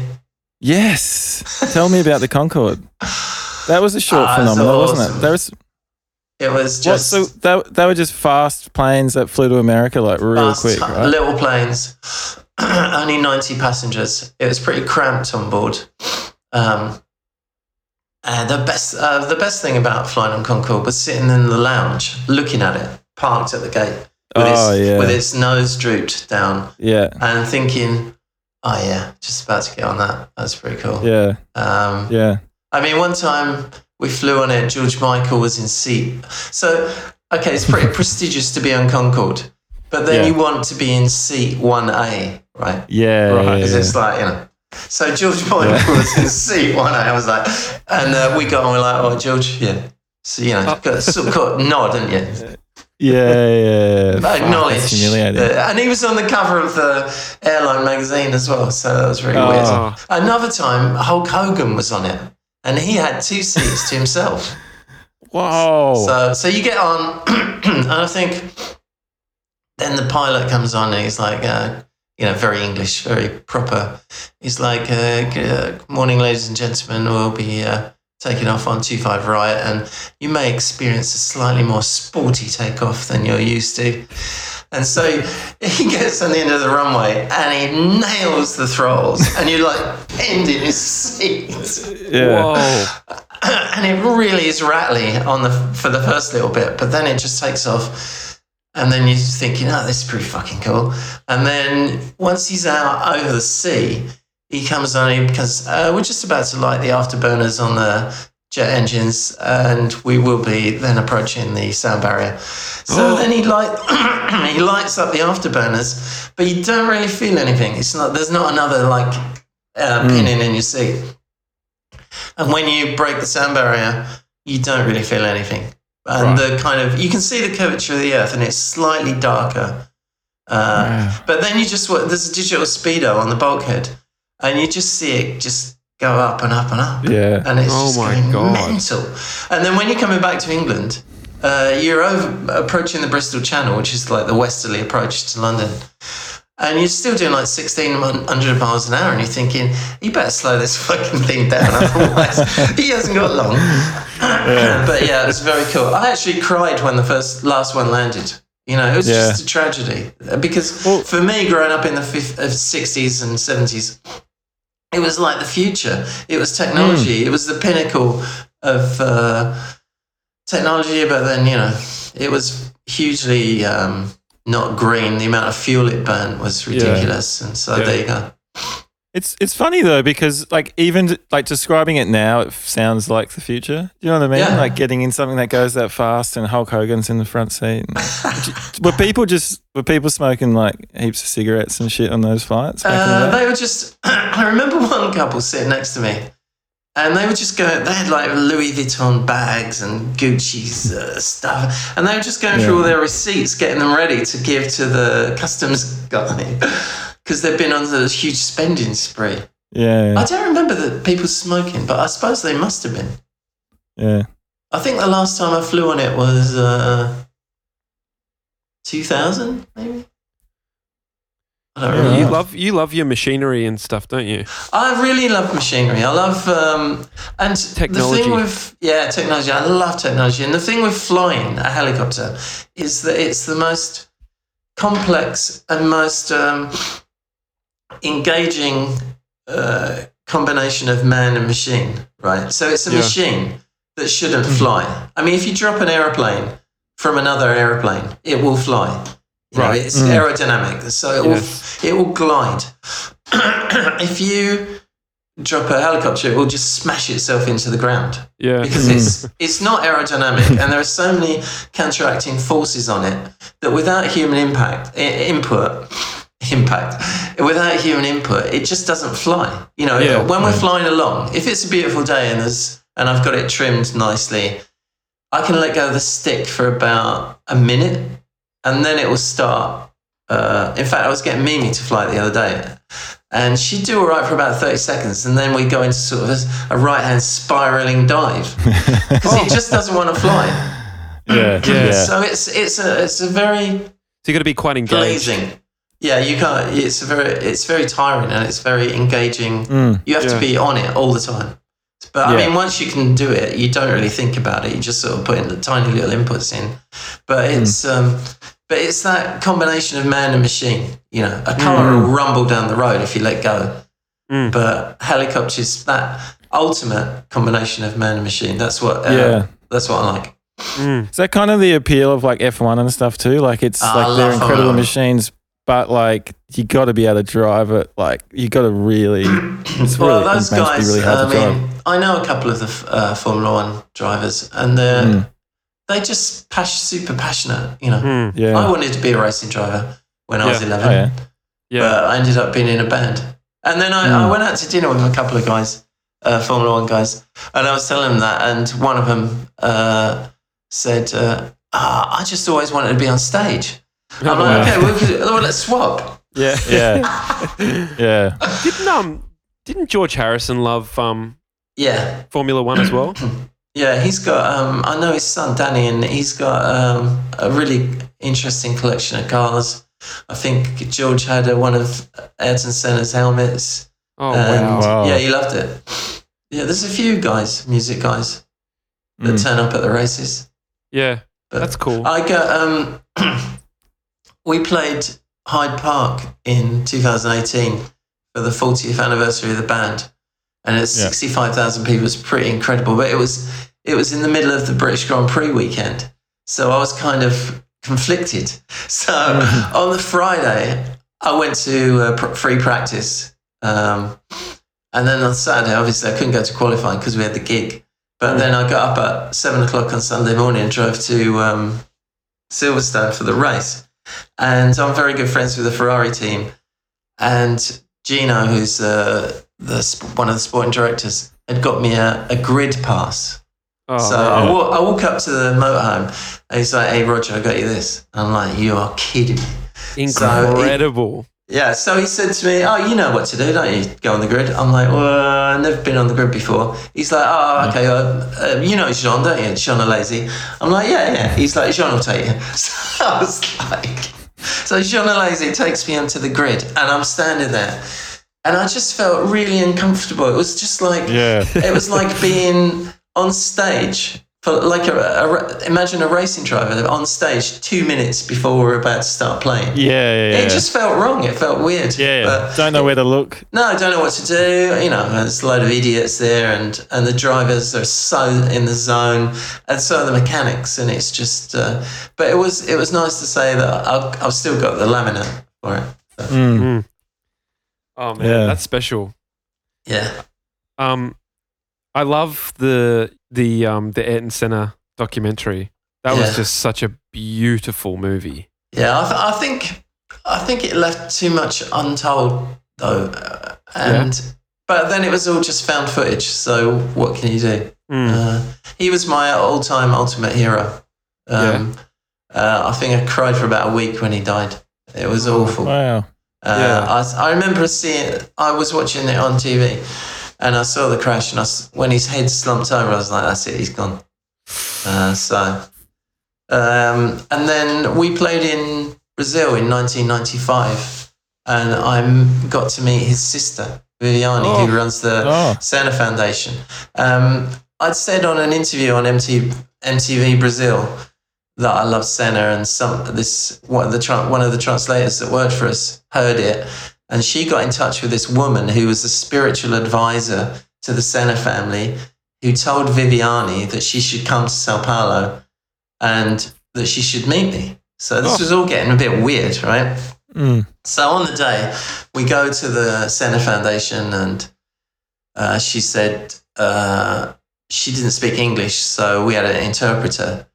D: Yes. Tell me about the Concorde. That was a short
C: Ah, it's
D: phenomenon, wasn't
C: awesome.
D: it? There was
C: It was
D: what,
C: just.
D: so they, they were just fast planes that flew to America like real
C: Fast, uh,
D: quick,
C: t-
D: right?
C: Little planes, only 90 passengers. It was pretty cramped on board. Um, and the best, uh, the best thing about flying on Concorde was sitting in the lounge, looking at it, parked at the gate, with,
D: Oh,
C: its,
D: yeah.
C: with its nose drooped down,
D: Yeah,
C: and thinking, "Oh yeah, just about to get on that. That's pretty cool."
D: yeah,
C: Um,
D: yeah.
C: I mean, one time we flew on it, George Michael was in seat. So, okay, it's pretty prestigious to be on Concorde, but then
D: Yeah.
C: you want to be in seat 1A, right?
D: Yeah,
A: Right,
D: yeah,
C: Because
D: yeah.
C: it's like, you know. So, George Michael was in seat 1A. I was like, and uh, we got on, we're like, oh, George, yeah. So, you know, got, sort of got a nod, didn't you?
D: yeah, yeah, yeah. Fuck,
C: Acknowledge.
D: that's humiliating.
C: Uh, and he was on the cover of the airline magazine as well, so that was really weird.
D: Oh.
C: Another time, Hulk Hogan was on it, and he had two seats to himself.
D: Whoa.
C: So, so you get on, and I think then the pilot comes on and he's like, uh, you know, very English, very proper. He's like, uh, g- uh, good morning, ladies and gentlemen, we'll be uh, taking off on 25 right, and you may experience a slightly more sporty takeoff than you're used to. And so he gets on the end of the runway and he nails the throttles, and you're like, end in his seat
D: yeah.
A: Whoa.
C: and it really is rattly on the for the first little bit, but then it just takes off, and then you're thinking, oh, this is pretty fucking cool. And then once he's out over the sea, he comes on. He because uh, we're just about to light the afterburners on the jet engines, and we will be then approaching the sound barrier. So then he light he lights up the afterburners, but you don't really feel anything. It's not there's not another like uh, pinion in your seat. And when you break the sound barrier, you don't really feel anything. And the kind of you can see the curvature of the Earth, and it's slightly darker. Uh, But then you just wa- there's a digital speedo on the bulkhead, and you just see it just go up and up and up
D: Yeah.
C: and it's
A: Oh
C: just
A: my
C: going
A: God.
C: mental. And then when you're coming back to England, uh, you're over, approaching the Bristol Channel, which is like the westerly approach to London, and you're still doing like 1600 miles an hour, and you're thinking, you better slow this fucking thing down, otherwise he hasn't got long. but yeah, it was very cool. I actually cried when the first last one landed. You know, it was
D: Yeah.
C: just a tragedy because for me, growing up in the fif- uh, 60s and 70s, it was like the future. It was technology.
D: Hmm.
C: It was the pinnacle of uh, technology. But then you know, it was hugely um, not green. The amount of fuel it burnt was ridiculous. And so
D: Yeah.
C: there you go.
D: It's it's funny though because like even like describing it now, it sounds like the future. Do you know what I mean?
C: Yeah.
D: Like getting in something that goes that fast, and Hulk Hogan's in the front seat. And- were people just were people smoking like heaps of cigarettes and shit on those flights? back in the
C: Uh,
D: day?
C: they were just. I remember one couple sitting next to me, and they were just going. They had like Louis Vuitton bags and Gucci's uh, stuff, and they were just going through all their receipts, getting them ready to give to the customs guy because they've been on this huge spending spree. I
D: yeah,
C: don't remember the people smoking, but I suppose they must have been.
D: yeah.
C: I think the last time I flew on it was uh, 2000, maybe. I don't remember.
A: You love you love your machinery and stuff, don't you?
C: I really love machinery. I love um, and The
A: Technology.
C: thing with yeah, technology. I love technology, and the thing with flying a helicopter is that it's the most complex and most um, engaging uh, combination of man and machine. Right. So it's a
A: Yeah. Mm.
C: machine that shouldn't fly. I mean, if you drop an aeroplane from another aeroplane, it will fly. You know,
A: Right. Mm.
C: it's aerodynamic, so it
A: Yes.
C: will it will glide. if you drop a helicopter, it will just smash itself into the ground
A: Yeah. Hmm.
C: because it's it's not aerodynamic, and there are so many counteracting forces on it that without human impact i- input. Impact without human input, it just doesn't fly. You know,
A: Yeah. Hmm.
C: when we're flying along, if it's a beautiful day and there's and I've got it trimmed nicely, I can let go of the stick for about a minute, and then it will start. Uh, in fact, I was getting Mimi to fly it the other day, and she'd do all right for about 30 seconds, and then we go into sort of a, a right hand spiraling dive because it just doesn't want to fly.
D: yeah, yeah.
C: So it's it's a it's a very
A: So you got to be quite engaged.
C: glazing. Yeah, you can't. It's a very it's very tiring and it's very engaging. you have
A: yeah.
C: to be on it all the time. But I
D: Yeah.
C: mean, once you can do it, you don't really think about it. You just sort of put in the tiny little inputs in. But it's um, but it's that combination of man and machine. You know, a car will rumble down the road if you let go.
A: Mm.
C: But helicopters, that ultimate combination of man and machine. That's what. Uh,
D: Yeah.
C: That's what I like.
A: Mm-hmm.
D: Is that kind of the appeal of like F1 and stuff too? Like it's
C: I
D: like they're
C: Ah, love
D: incredible
C: F1.
D: machines, but like you got to be able to drive it. Like you got to really. It's
C: Well,
D: really,
C: those
D: it must be
C: guys.
D: really hard
C: I
D: to drive.
C: mean, I know a couple of the f- uh, Formula One drivers, and they're
D: Hmm. Mm.
C: they just pas- super passionate. You know,
D: yeah.
C: I wanted to be a racing driver when I was
A: Yeah.
C: 11,
D: oh, yeah. Hmm.
A: Yeah.
C: but I ended up being in a band. And then I, I went out to dinner with a couple of guys, uh, Formula One guys, and I was telling them that. And one of them uh, said, uh, ah, I just always wanted to be on stage. I'm
A: Oh, wow.
C: like, okay, well, we could- well, let's swap.
D: Yeah. Yeah. yeah.
A: Didn't um didn't George Harrison love um
C: Yeah.
A: Formula One as well?
C: Uh, Yeah, he's got. Um, I know his son Danny, and he's got um, a really interesting collection of cars. I think George had uh one of Ayrton Senna's helmets.
A: Oh
C: and
A: wow.
D: Wow.
C: yeah, he loved it. Yeah, there's a few guys, music guys, that
D: Mm.
C: turn up at the races.
A: Yeah.
C: But
A: Hmm. That's cool.
C: I got. Um, we played Hyde Park in 2018 for the 40th anniversary of the band, and it's
D: Yeah.
C: 65,000 people. It's pretty incredible, but it was it was in the middle of the British Grand Prix weekend, so I was kind of conflicted. So on the Friday, I went to uh, pr- free practice. Um, and then on Saturday, obviously, I couldn't go to qualifying because we had the gig. But then I got up at seven o'clock on Sunday morning and drove to um, Silverstone for the race. And I'm very good friends with the Ferrari team. And Gino, who's uh, the, sp- one of the sporting directors, had got me a, a grid pass.
A: Oh,
C: so I, walk, I walk up to the motorhome and he's like, hey, Roger, I got you this. And I'm like, you are kidding me.
A: incredible.
C: Yeah, so he said to me, Oh, you know what to do, don't you? Go on the grid. I'm like, Well, I've never been on the grid before. He's like, Oh, okay, uh, uh, you know Jean, don't you? Jean are lazy. I'm like, Yeah, yeah. He's like, Jean will take you. So I was like, So Jean are lazy takes me onto the grid, and I'm standing there. And I just felt really uncomfortable. It was just like,
D: Yeah.
C: it was like being on stage for like a, a, imagine a racing driver on stage two minutes before we're about to start playing.
D: Yeah, yeah, yeah.
C: It just felt wrong. It felt weird.
D: yeah,
C: But,
D: don't know where to look.
C: no, I don't know what to do. You know, there's a load of idiots there, and and the drivers are so in the zone, and so are the mechanics, and it's just. Uh, but it was it was nice to say that I've, I've still got the laminate for it.
D: Mm.
A: Oh man,
D: Yeah.
A: that's special.
C: Yeah,
A: Um, I love the the um the Ayrton Senna documentary. That was
C: Yeah.
A: just such a beautiful movie.
C: yeah. I, th- I think I think it left too much untold though, uh, and but then it was all just found footage. So what can you do?
A: Mm.
C: Uh, he was my all-time ultimate hero. Um, uh, I think I cried for about a week when he died. It was awful.
D: Wow.
A: Yeah.
C: Uh, I, I remember seeing. I was watching it on TV, and I saw the crash. And I s when his head slumped over, I was like, "That's it. He's gone." Uh, so, um, and then we played in Brazil in 1995, and I m- got to meet his sister Viviane,
A: Oh.
C: who runs the
D: Oh.
C: Senna Foundation. Um, I'd said on an interview on MT, MTV Brazil that I love Senna, and some this one of the tran one of the translators that worked for us heard it, and she got in touch with this woman who was a spiritual advisor to the Senna family, who told Viviani that she should come to Sao Paulo, and that she should meet me. So this
A: Oh.
C: was all getting a bit weird, right?
D: Mm.
C: So on the day, we go to the Center Foundation, and uh, she said uh, she didn't speak English, so we had an interpreter,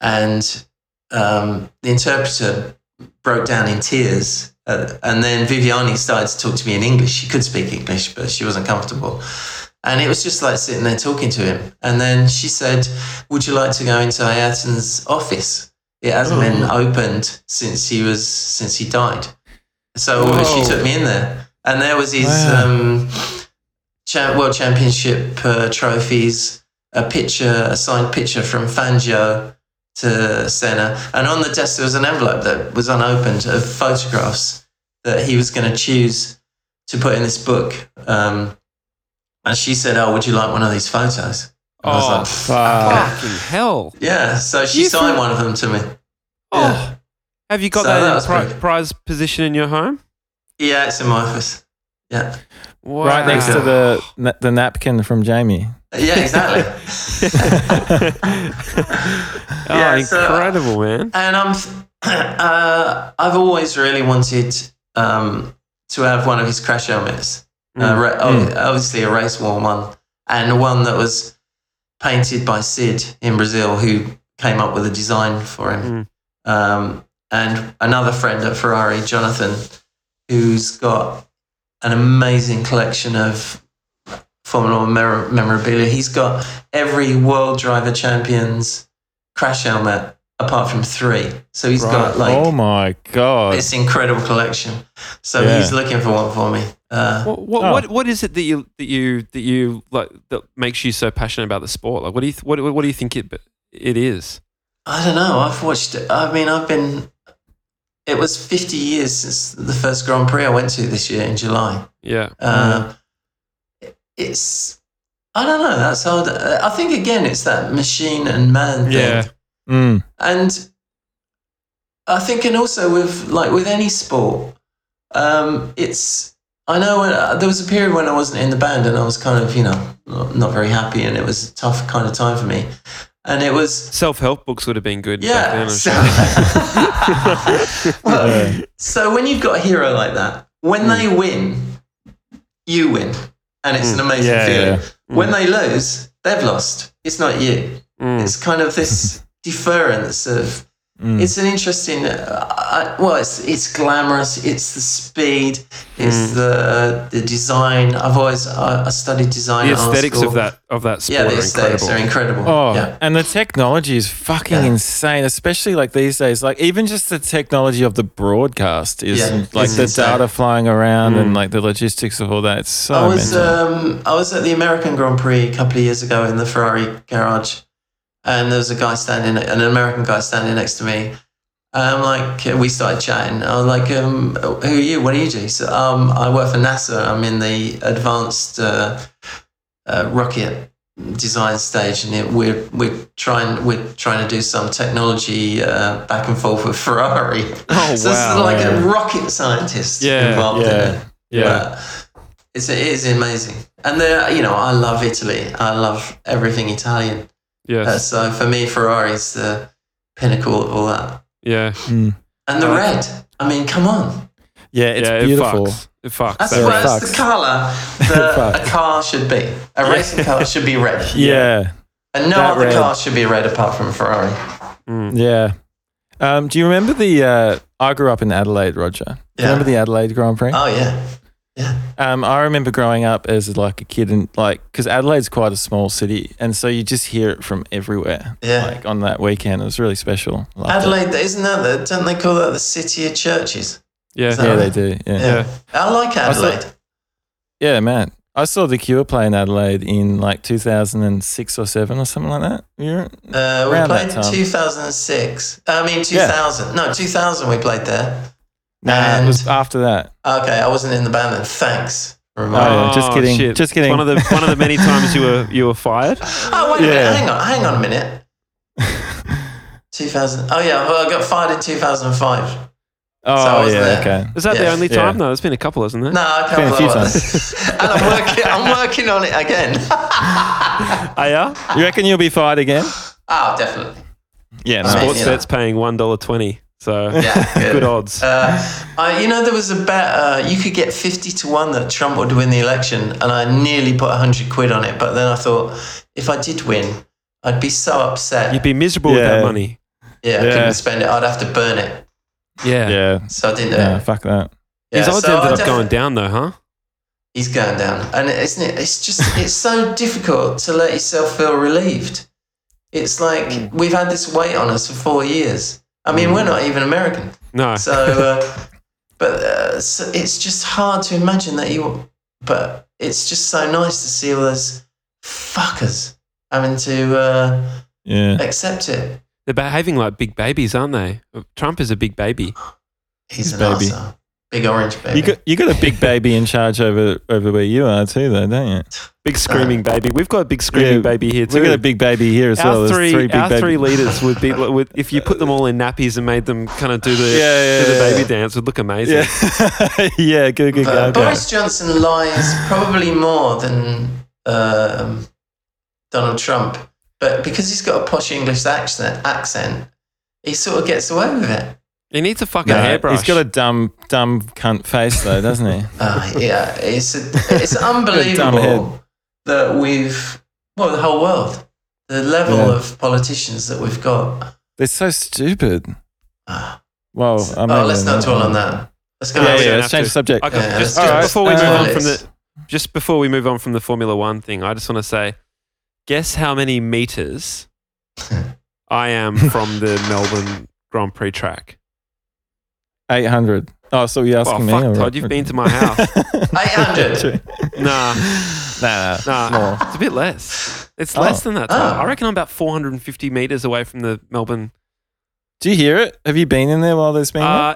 C: and um, the interpreter broke down in tears. Uh, and then Viviani started to talk to me in English. She could speak English, but she wasn't comfortable. And it was just like sitting there talking to him. And then she said, Would you like to go into Ayrton's office? It hasn't been opened since he was since he died. So
A: Whoa.
C: she took me in there, and there was his
D: Wow.
C: um, cha- world championship uh, trophies, a picture, a signed picture from Fangio to Senna, and on the desk there was an envelope that was unopened of photographs that he was going to choose to put in this book. Um, and she said, "Oh, would you like one of these photos?" And I was
A: Oh
C: like,
D: Fuck.
A: fucking hell!
C: "Yeah." So she
A: You
C: signed
A: threw-
C: one of them to me.
A: Oh, have you got
C: So
A: that,
C: that
A: in
C: was
A: pri-
C: pretty-
A: prize position in your home?
C: Yeah, it's in my office. Yeah,
A: Wow.
D: Right next to the na- the napkin from Jamie.
C: yeah, exactly.
A: oh,
C: Yeah, so- uh,
A: incredible, man!
C: And I'm, uh, I've always really wanted um, to have one of his crash helmets. Uh, ra- ob- Obviously, a race worn one, and one that was painted by Sid in Brazil, who came up with a design for him.
D: Hmm.
C: Um, and another friend at Ferrari, Jonathan, who's got an amazing collection of Formula One mer- memorabilia. He's got every World Driver Champions crash helmet apart from three. So he's got like
D: oh my god.
C: this incredible collection. So
D: Yeah.
C: he's looking for one for me. Uh,
A: What what,
D: Oh.
A: what what is it that you that you that you like that makes you so passionate about the sport? Like, what do you th- what what do you think it it is?
C: I don't know. I've watched. I mean, I've been. It was 50 years since the first Grand Prix I went to this year in July.
A: Yeah, Um,
C: Uh, It's. I don't know. That's hard. I think again, it's that machine and man thing.
A: Yeah.
D: Mm.
C: and I think, and also with like with any sport, um, it's. I know when, uh, there was a period when I wasn't in the band and I was kind of you know not, not very happy and it was a tough kind of time for me, and it was
A: self help books would have been good. back then,
C: yeah.
A: I'm
C: So,
A: sure.
C: Well,
D: Yeah.
C: so when you've got a hero like that,
A: Hmm.
C: when they win, you win, and it's an amazing
D: Yeah,
A: Hmm.
C: feeling.
D: yeah.
C: When they lose, They've lost. It's not you.
A: Mm.
C: It's kind of this deference of.
A: Hmm.
D: Mm.
C: It's an interesting. Uh, I- well, it's it's glamorous. It's the speed.
A: Hmm.
C: It's the the design. I've always I, I studied design.
A: The
C: at art
A: aesthetics
C: school.
A: of that of that sport
C: Yeah, the
A: are
C: aesthetics
A: incredible.
C: are incredible.
D: Oh,
C: yeah.
D: and the technology is fucking
C: Yeah.
D: insane, especially like these days. Like even just the technology of the broadcast is
C: Yeah,
D: like
C: it's
D: the
C: insane.
D: data flying around
A: Mm.
D: and like the logistics of all that. It's so
C: I was
D: mental.
C: um, I was at the American Grand Prix a couple of years ago in the Ferrari garage, and there was a guy standing, an American guy standing next to me. And I'm like, we started chatting. I was like, um, "Who are you? What do you do?" So, um, I work for NASA. I'm in the advanced uh, uh, rocket design stage, and it, we're we're trying we're trying to do some technology uh, back and forth with Ferrari.
D: Oh,
C: so this is
D: wow,
C: like a
D: yeah.
C: rocket scientist
A: Yeah,
C: involved in
D: yeah.
C: it. But it's, it is amazing. And there, you know, I love Italy. I love everything Italian. Uh,
A: Yes.
C: so for me, Ferrari's the pinnacle of all that.
A: Yeah.
D: Mm.
C: And the
A: Uh,
C: red. I mean, come on.
D: Yeah, it's
A: yeah,
D: beautiful.
A: It fucks. It fucks.
C: That's,
A: that
D: Very
C: why
A: red.
D: right.
C: that's the colour that
D: Fuck.
C: a car should be. A racing car should be red.
D: Yeah,
C: And no
D: That
C: other
D: red.
C: car should be red apart from Ferrari.
A: Mm.
D: yeah. Um, do you remember the? Uh, I grew up in Adelaide, Roger. Do you
C: Yeah.
D: remember the Adelaide Grand Prix?
C: Oh, yeah. Yeah.
D: Um, I remember growing up as like a kid and like because Adelaide's quite a small city, and so you just hear it from everywhere.
C: Yeah.
D: Like on that weekend, it was really special. Loved it.
C: Adelaide, isn't that the, don't they call that the city of churches?
A: Yeah.
C: So-
D: Yeah, they do. Yeah.
A: Yeah.
C: I like
D: saw-
C: Adelaide.
D: Yeah, man. I saw the Cure play in Adelaide in like 2006 or seven or something like that. Yeah.
C: Uh, we
D: Around that
C: played
D: time.
C: 2006. Uh, I mean, 2000. No, 2000 we played there.
D: Nah, it was Oh, after that.
C: Okay, I wasn't in the band then. Thanks. for reminding me.
D: yeah, just kidding,
A: Oh, shit.
D: just kidding.
A: One of the one of the many times you were you were fired.
C: Oh, wait a
D: Yeah.
C: minute. Hang on. Hang on a minute. 2000. Oh, yeah. Well, I got fired in 2005. I
D: Oh,
C: was
D: yeah,
C: there.
D: okay.
A: Is that the
C: Yeah.
A: only
D: Yeah.
A: time? No, it's been a couple, hasn't it?
C: No, I
D: Been
C: can't
D: a few
C: believe it. and I'm working, I'm working on it again.
A: Oh, yeah?
D: You reckon you'll be fired again?
C: oh, definitely.
D: Yeah,
C: Sports
D: no.
A: Sports
C: yeah.
A: bet's paying one dollar twenty. So
C: Yeah, good.
A: good odds.
C: Uh, I, you know, there was a bet uh, you could get 50 to 1 that Trump would win the election, and I nearly put 100 quid on it. But then I thought, if I did win, I'd be so upset.
A: You'd be miserable with
D: Yeah.
A: that money.
C: yeah, I
D: Yeah.
C: couldn't spend it. I'd have to burn it.
A: Yeah.
D: Yeah.
C: So I didn't
D: Yeah.
C: do it.
D: Fuck that.
C: Yeah,
A: His odds
C: so I
A: ended up
C: defi-
A: going down though, huh?
C: He's going down. And it- isn't it? It's just, it's so difficult to let yourself feel relieved. It's
A: Mm.
C: like we've had this weight on us for four years. I mean, we're not even American.
A: No.
C: So, uh, but uh, so it's just hard to imagine that you. But it's just so nice to see all those fuckers having to uh,
D: Yeah.
C: accept it.
A: They're behaving like big babies, aren't they? Trump is a big baby.
C: He's,
D: He's
C: an
D: baby.
C: arsehole. Big orange baby.
D: You got you got a big baby in charge over over where you are too, though, don't you?
A: Big screaming baby. We've got a big screaming
D: Uh, Yeah,
A: baby here too.
D: We got a big baby here as
A: our
D: well. There's
A: three,
D: three big
A: our
D: baby-
A: three leaders would be would, if you put them all in nappies and made them kind of do the,
D: Yeah, yeah,
A: do the
D: yeah.
A: baby dance would look amazing.
D: Yeah. yeah. Good.
A: Uh,
D: Good.
C: But
D: Go. go.
C: Boris Johnson lies probably more than um, Donald Trump, but because he's got a posh English accent, accent, he sort of gets away with it.
A: He needs a fucking
D: No,
A: hairbrush.
D: He's got a dumb, dumb cunt face though, doesn't he?
C: Uh, yeah, it's it's
D: head.
C: unbelievable that we've well the whole world, the level
D: Yeah.
C: of politicians that we've got.
D: They're so stupid.
C: Ah.
D: Well, I mean,
C: oh, let's not dwell on that. Let's go.
A: Yeah,
D: Yeah,
C: on
A: we
D: yeah,
A: don't
D: let's
A: have
D: change
A: to.
D: the subject.
A: Okay,
C: Yeah,
A: just,
C: let's
A: just
D: go.
A: before we move on
D: Alright.
A: from the just before we move on from the Formula One thing, I just want to say, guess how many meters I am from the Melbourne Grand Prix track.
D: Eight hundred. Oh, so you're
A: Oh
D: asking me?
A: fuck,
D: or-
A: Todd, you've been to my house.
C: 800.
A: nah,
D: nah,
A: nah,
D: More.
A: it's a bit less. It's
D: Oh.
A: less than that. Todd.
C: Oh.
A: I reckon I'm about 450 meters away from the Melbourne.
D: Do you hear it? Have you been in there while there's been?
A: Uh,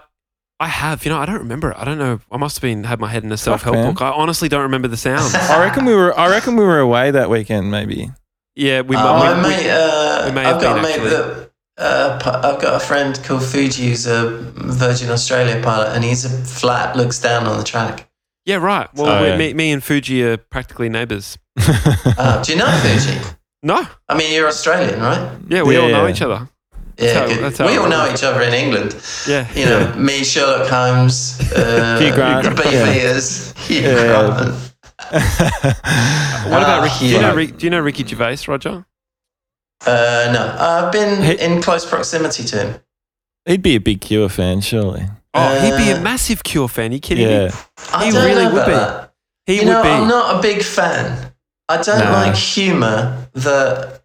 A: I have, you know, I don't remember it. I don't know. I must have been had my head in a self help
D: man.
A: book. I honestly don't remember the sound.
D: I reckon we were. I reckon we were away that weekend, maybe.
A: yeah, we.
C: Uh,
A: we-
C: my
A: we-
C: mate, uh,
A: we may have
C: I've got
A: been,
C: a mate
A: actually.
C: that. Uh, pi- I've got a friend called Fuji who's a Virgin Australia pilot, and he's a flat looks down on the track.
A: yeah, right. Well,
D: Oh,
A: we-
D: yeah.
A: me, me and Fuji are practically neighbors.
C: Uh, do you know Fuji?
A: No.
C: I mean, you're Australian, right?
A: Yeah, we all know
D: Yeah.
A: each other.
C: Yeah,
A: how-
C: good.
A: that's how
C: we
A: it
C: all know
A: works.
C: each other in England.
A: Yeah.
C: You know, me, Sherlock Holmes, uh,
D: Hugh Grant.
C: Beef
D: Yeah.
C: Eaters, Hugh
D: Yeah.
C: Grant.
A: What about
C: Ah,
A: Ricky? Do you,
C: yeah.
A: know, Rick- do you know Ricky Gervais, Roger?
C: Uh, no, I've been
D: Hey-
C: in close proximity to him.
D: He'd be a big Cure fan, surely.
A: Oh, he'd be a
C: Uh,
A: massive Cure fan. Are you kidding
D: Yeah.
A: me?
C: I
A: He
C: don't
A: really
C: know
A: would
C: about
A: be.
C: that.
A: He
C: you
A: would
C: know,
A: be.
C: I'm not a big fan. I don't
D: No.
C: like humour that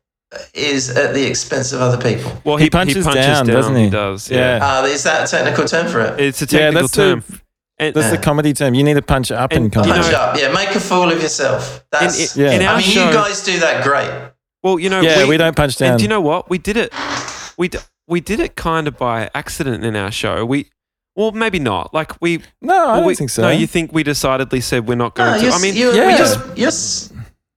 C: is at the expense of other people.
A: well,
D: He punches down, doesn't he?
A: does.
D: Yeah.
A: Yeah.
C: Uh, is that a technical term for it?
A: It's a technical
D: that's the-
A: term. and,
D: That's the
C: Yeah.
D: comedy term. You need to punch it up
A: And
D: in comedy.
A: you
C: Punch
A: know-
C: up. Yeah, make a fool of yourself.
A: in,
C: That's.
A: in- in
D: Yeah.
A: our
C: I mean,
A: show,
C: you guys do that great.
A: well, you know,
D: yeah, we, don't punch down.
A: And do you know what? We did it. We d- we did it kind of by accident in our show. We well, maybe not. Like we.
D: no, I
A: well,
D: don't
A: we-
D: think so.
A: No, you think we decidedly said we're not going
C: No,
A: to?
C: you're,
A: I mean,
C: you're,
D: yeah.
C: you're, you're, s-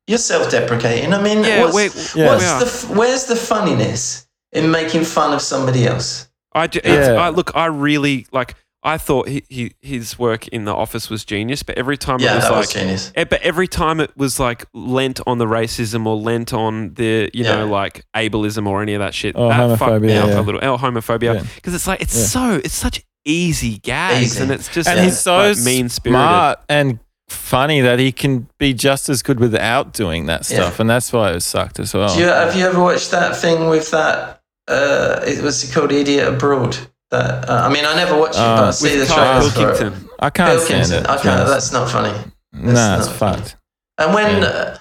C: you're self-deprecating. I mean,
A: Yeah,
C: what's,
A: we-
D: yeah.
C: what's
A: we are.
C: the f- where's the funniness in making fun of somebody else?
A: I, ju- it's-
D: Yeah.
A: I look. I really like. I thought he, he, his work in the office was genius, but every time
C: Yeah,
A: it was
C: that
A: like,
C: was genius.
A: eh, but every time it was like lent on the racism or lent on the you
C: Yeah.
A: know like ableism or any of that shit.
D: Or
A: that fucked me
D: Oh, homophobia,
A: up a
D: yeah.
A: little. Or homophobia
D: Yeah.
A: because it's like it's
D: Yeah.
A: so it's such easy gags
C: Easy.
A: and it's just
D: and
C: Yeah.
D: he's so
A: mean spirited.
D: smart and funny that he can be just as good without doing that
C: Yeah.
D: stuff, and that's why it sucked as
A: Oh,
D: well.
C: Do you, have you ever watched that thing with that? Uh, it was called Idiot Abroad. That uh, I mean, I never watched it, but I
D: Uh,
C: see the
A: Ah. With Carl
C: trailers for it.
A: Pilkington.
D: I can't stand
C: Pilkington.
D: it.
C: I
D: to be
C: can't.
D: honest.
C: That's not funny.
D: nah, it's
C: not-
D: fucked.
C: And when,
D: Yeah.
C: uh,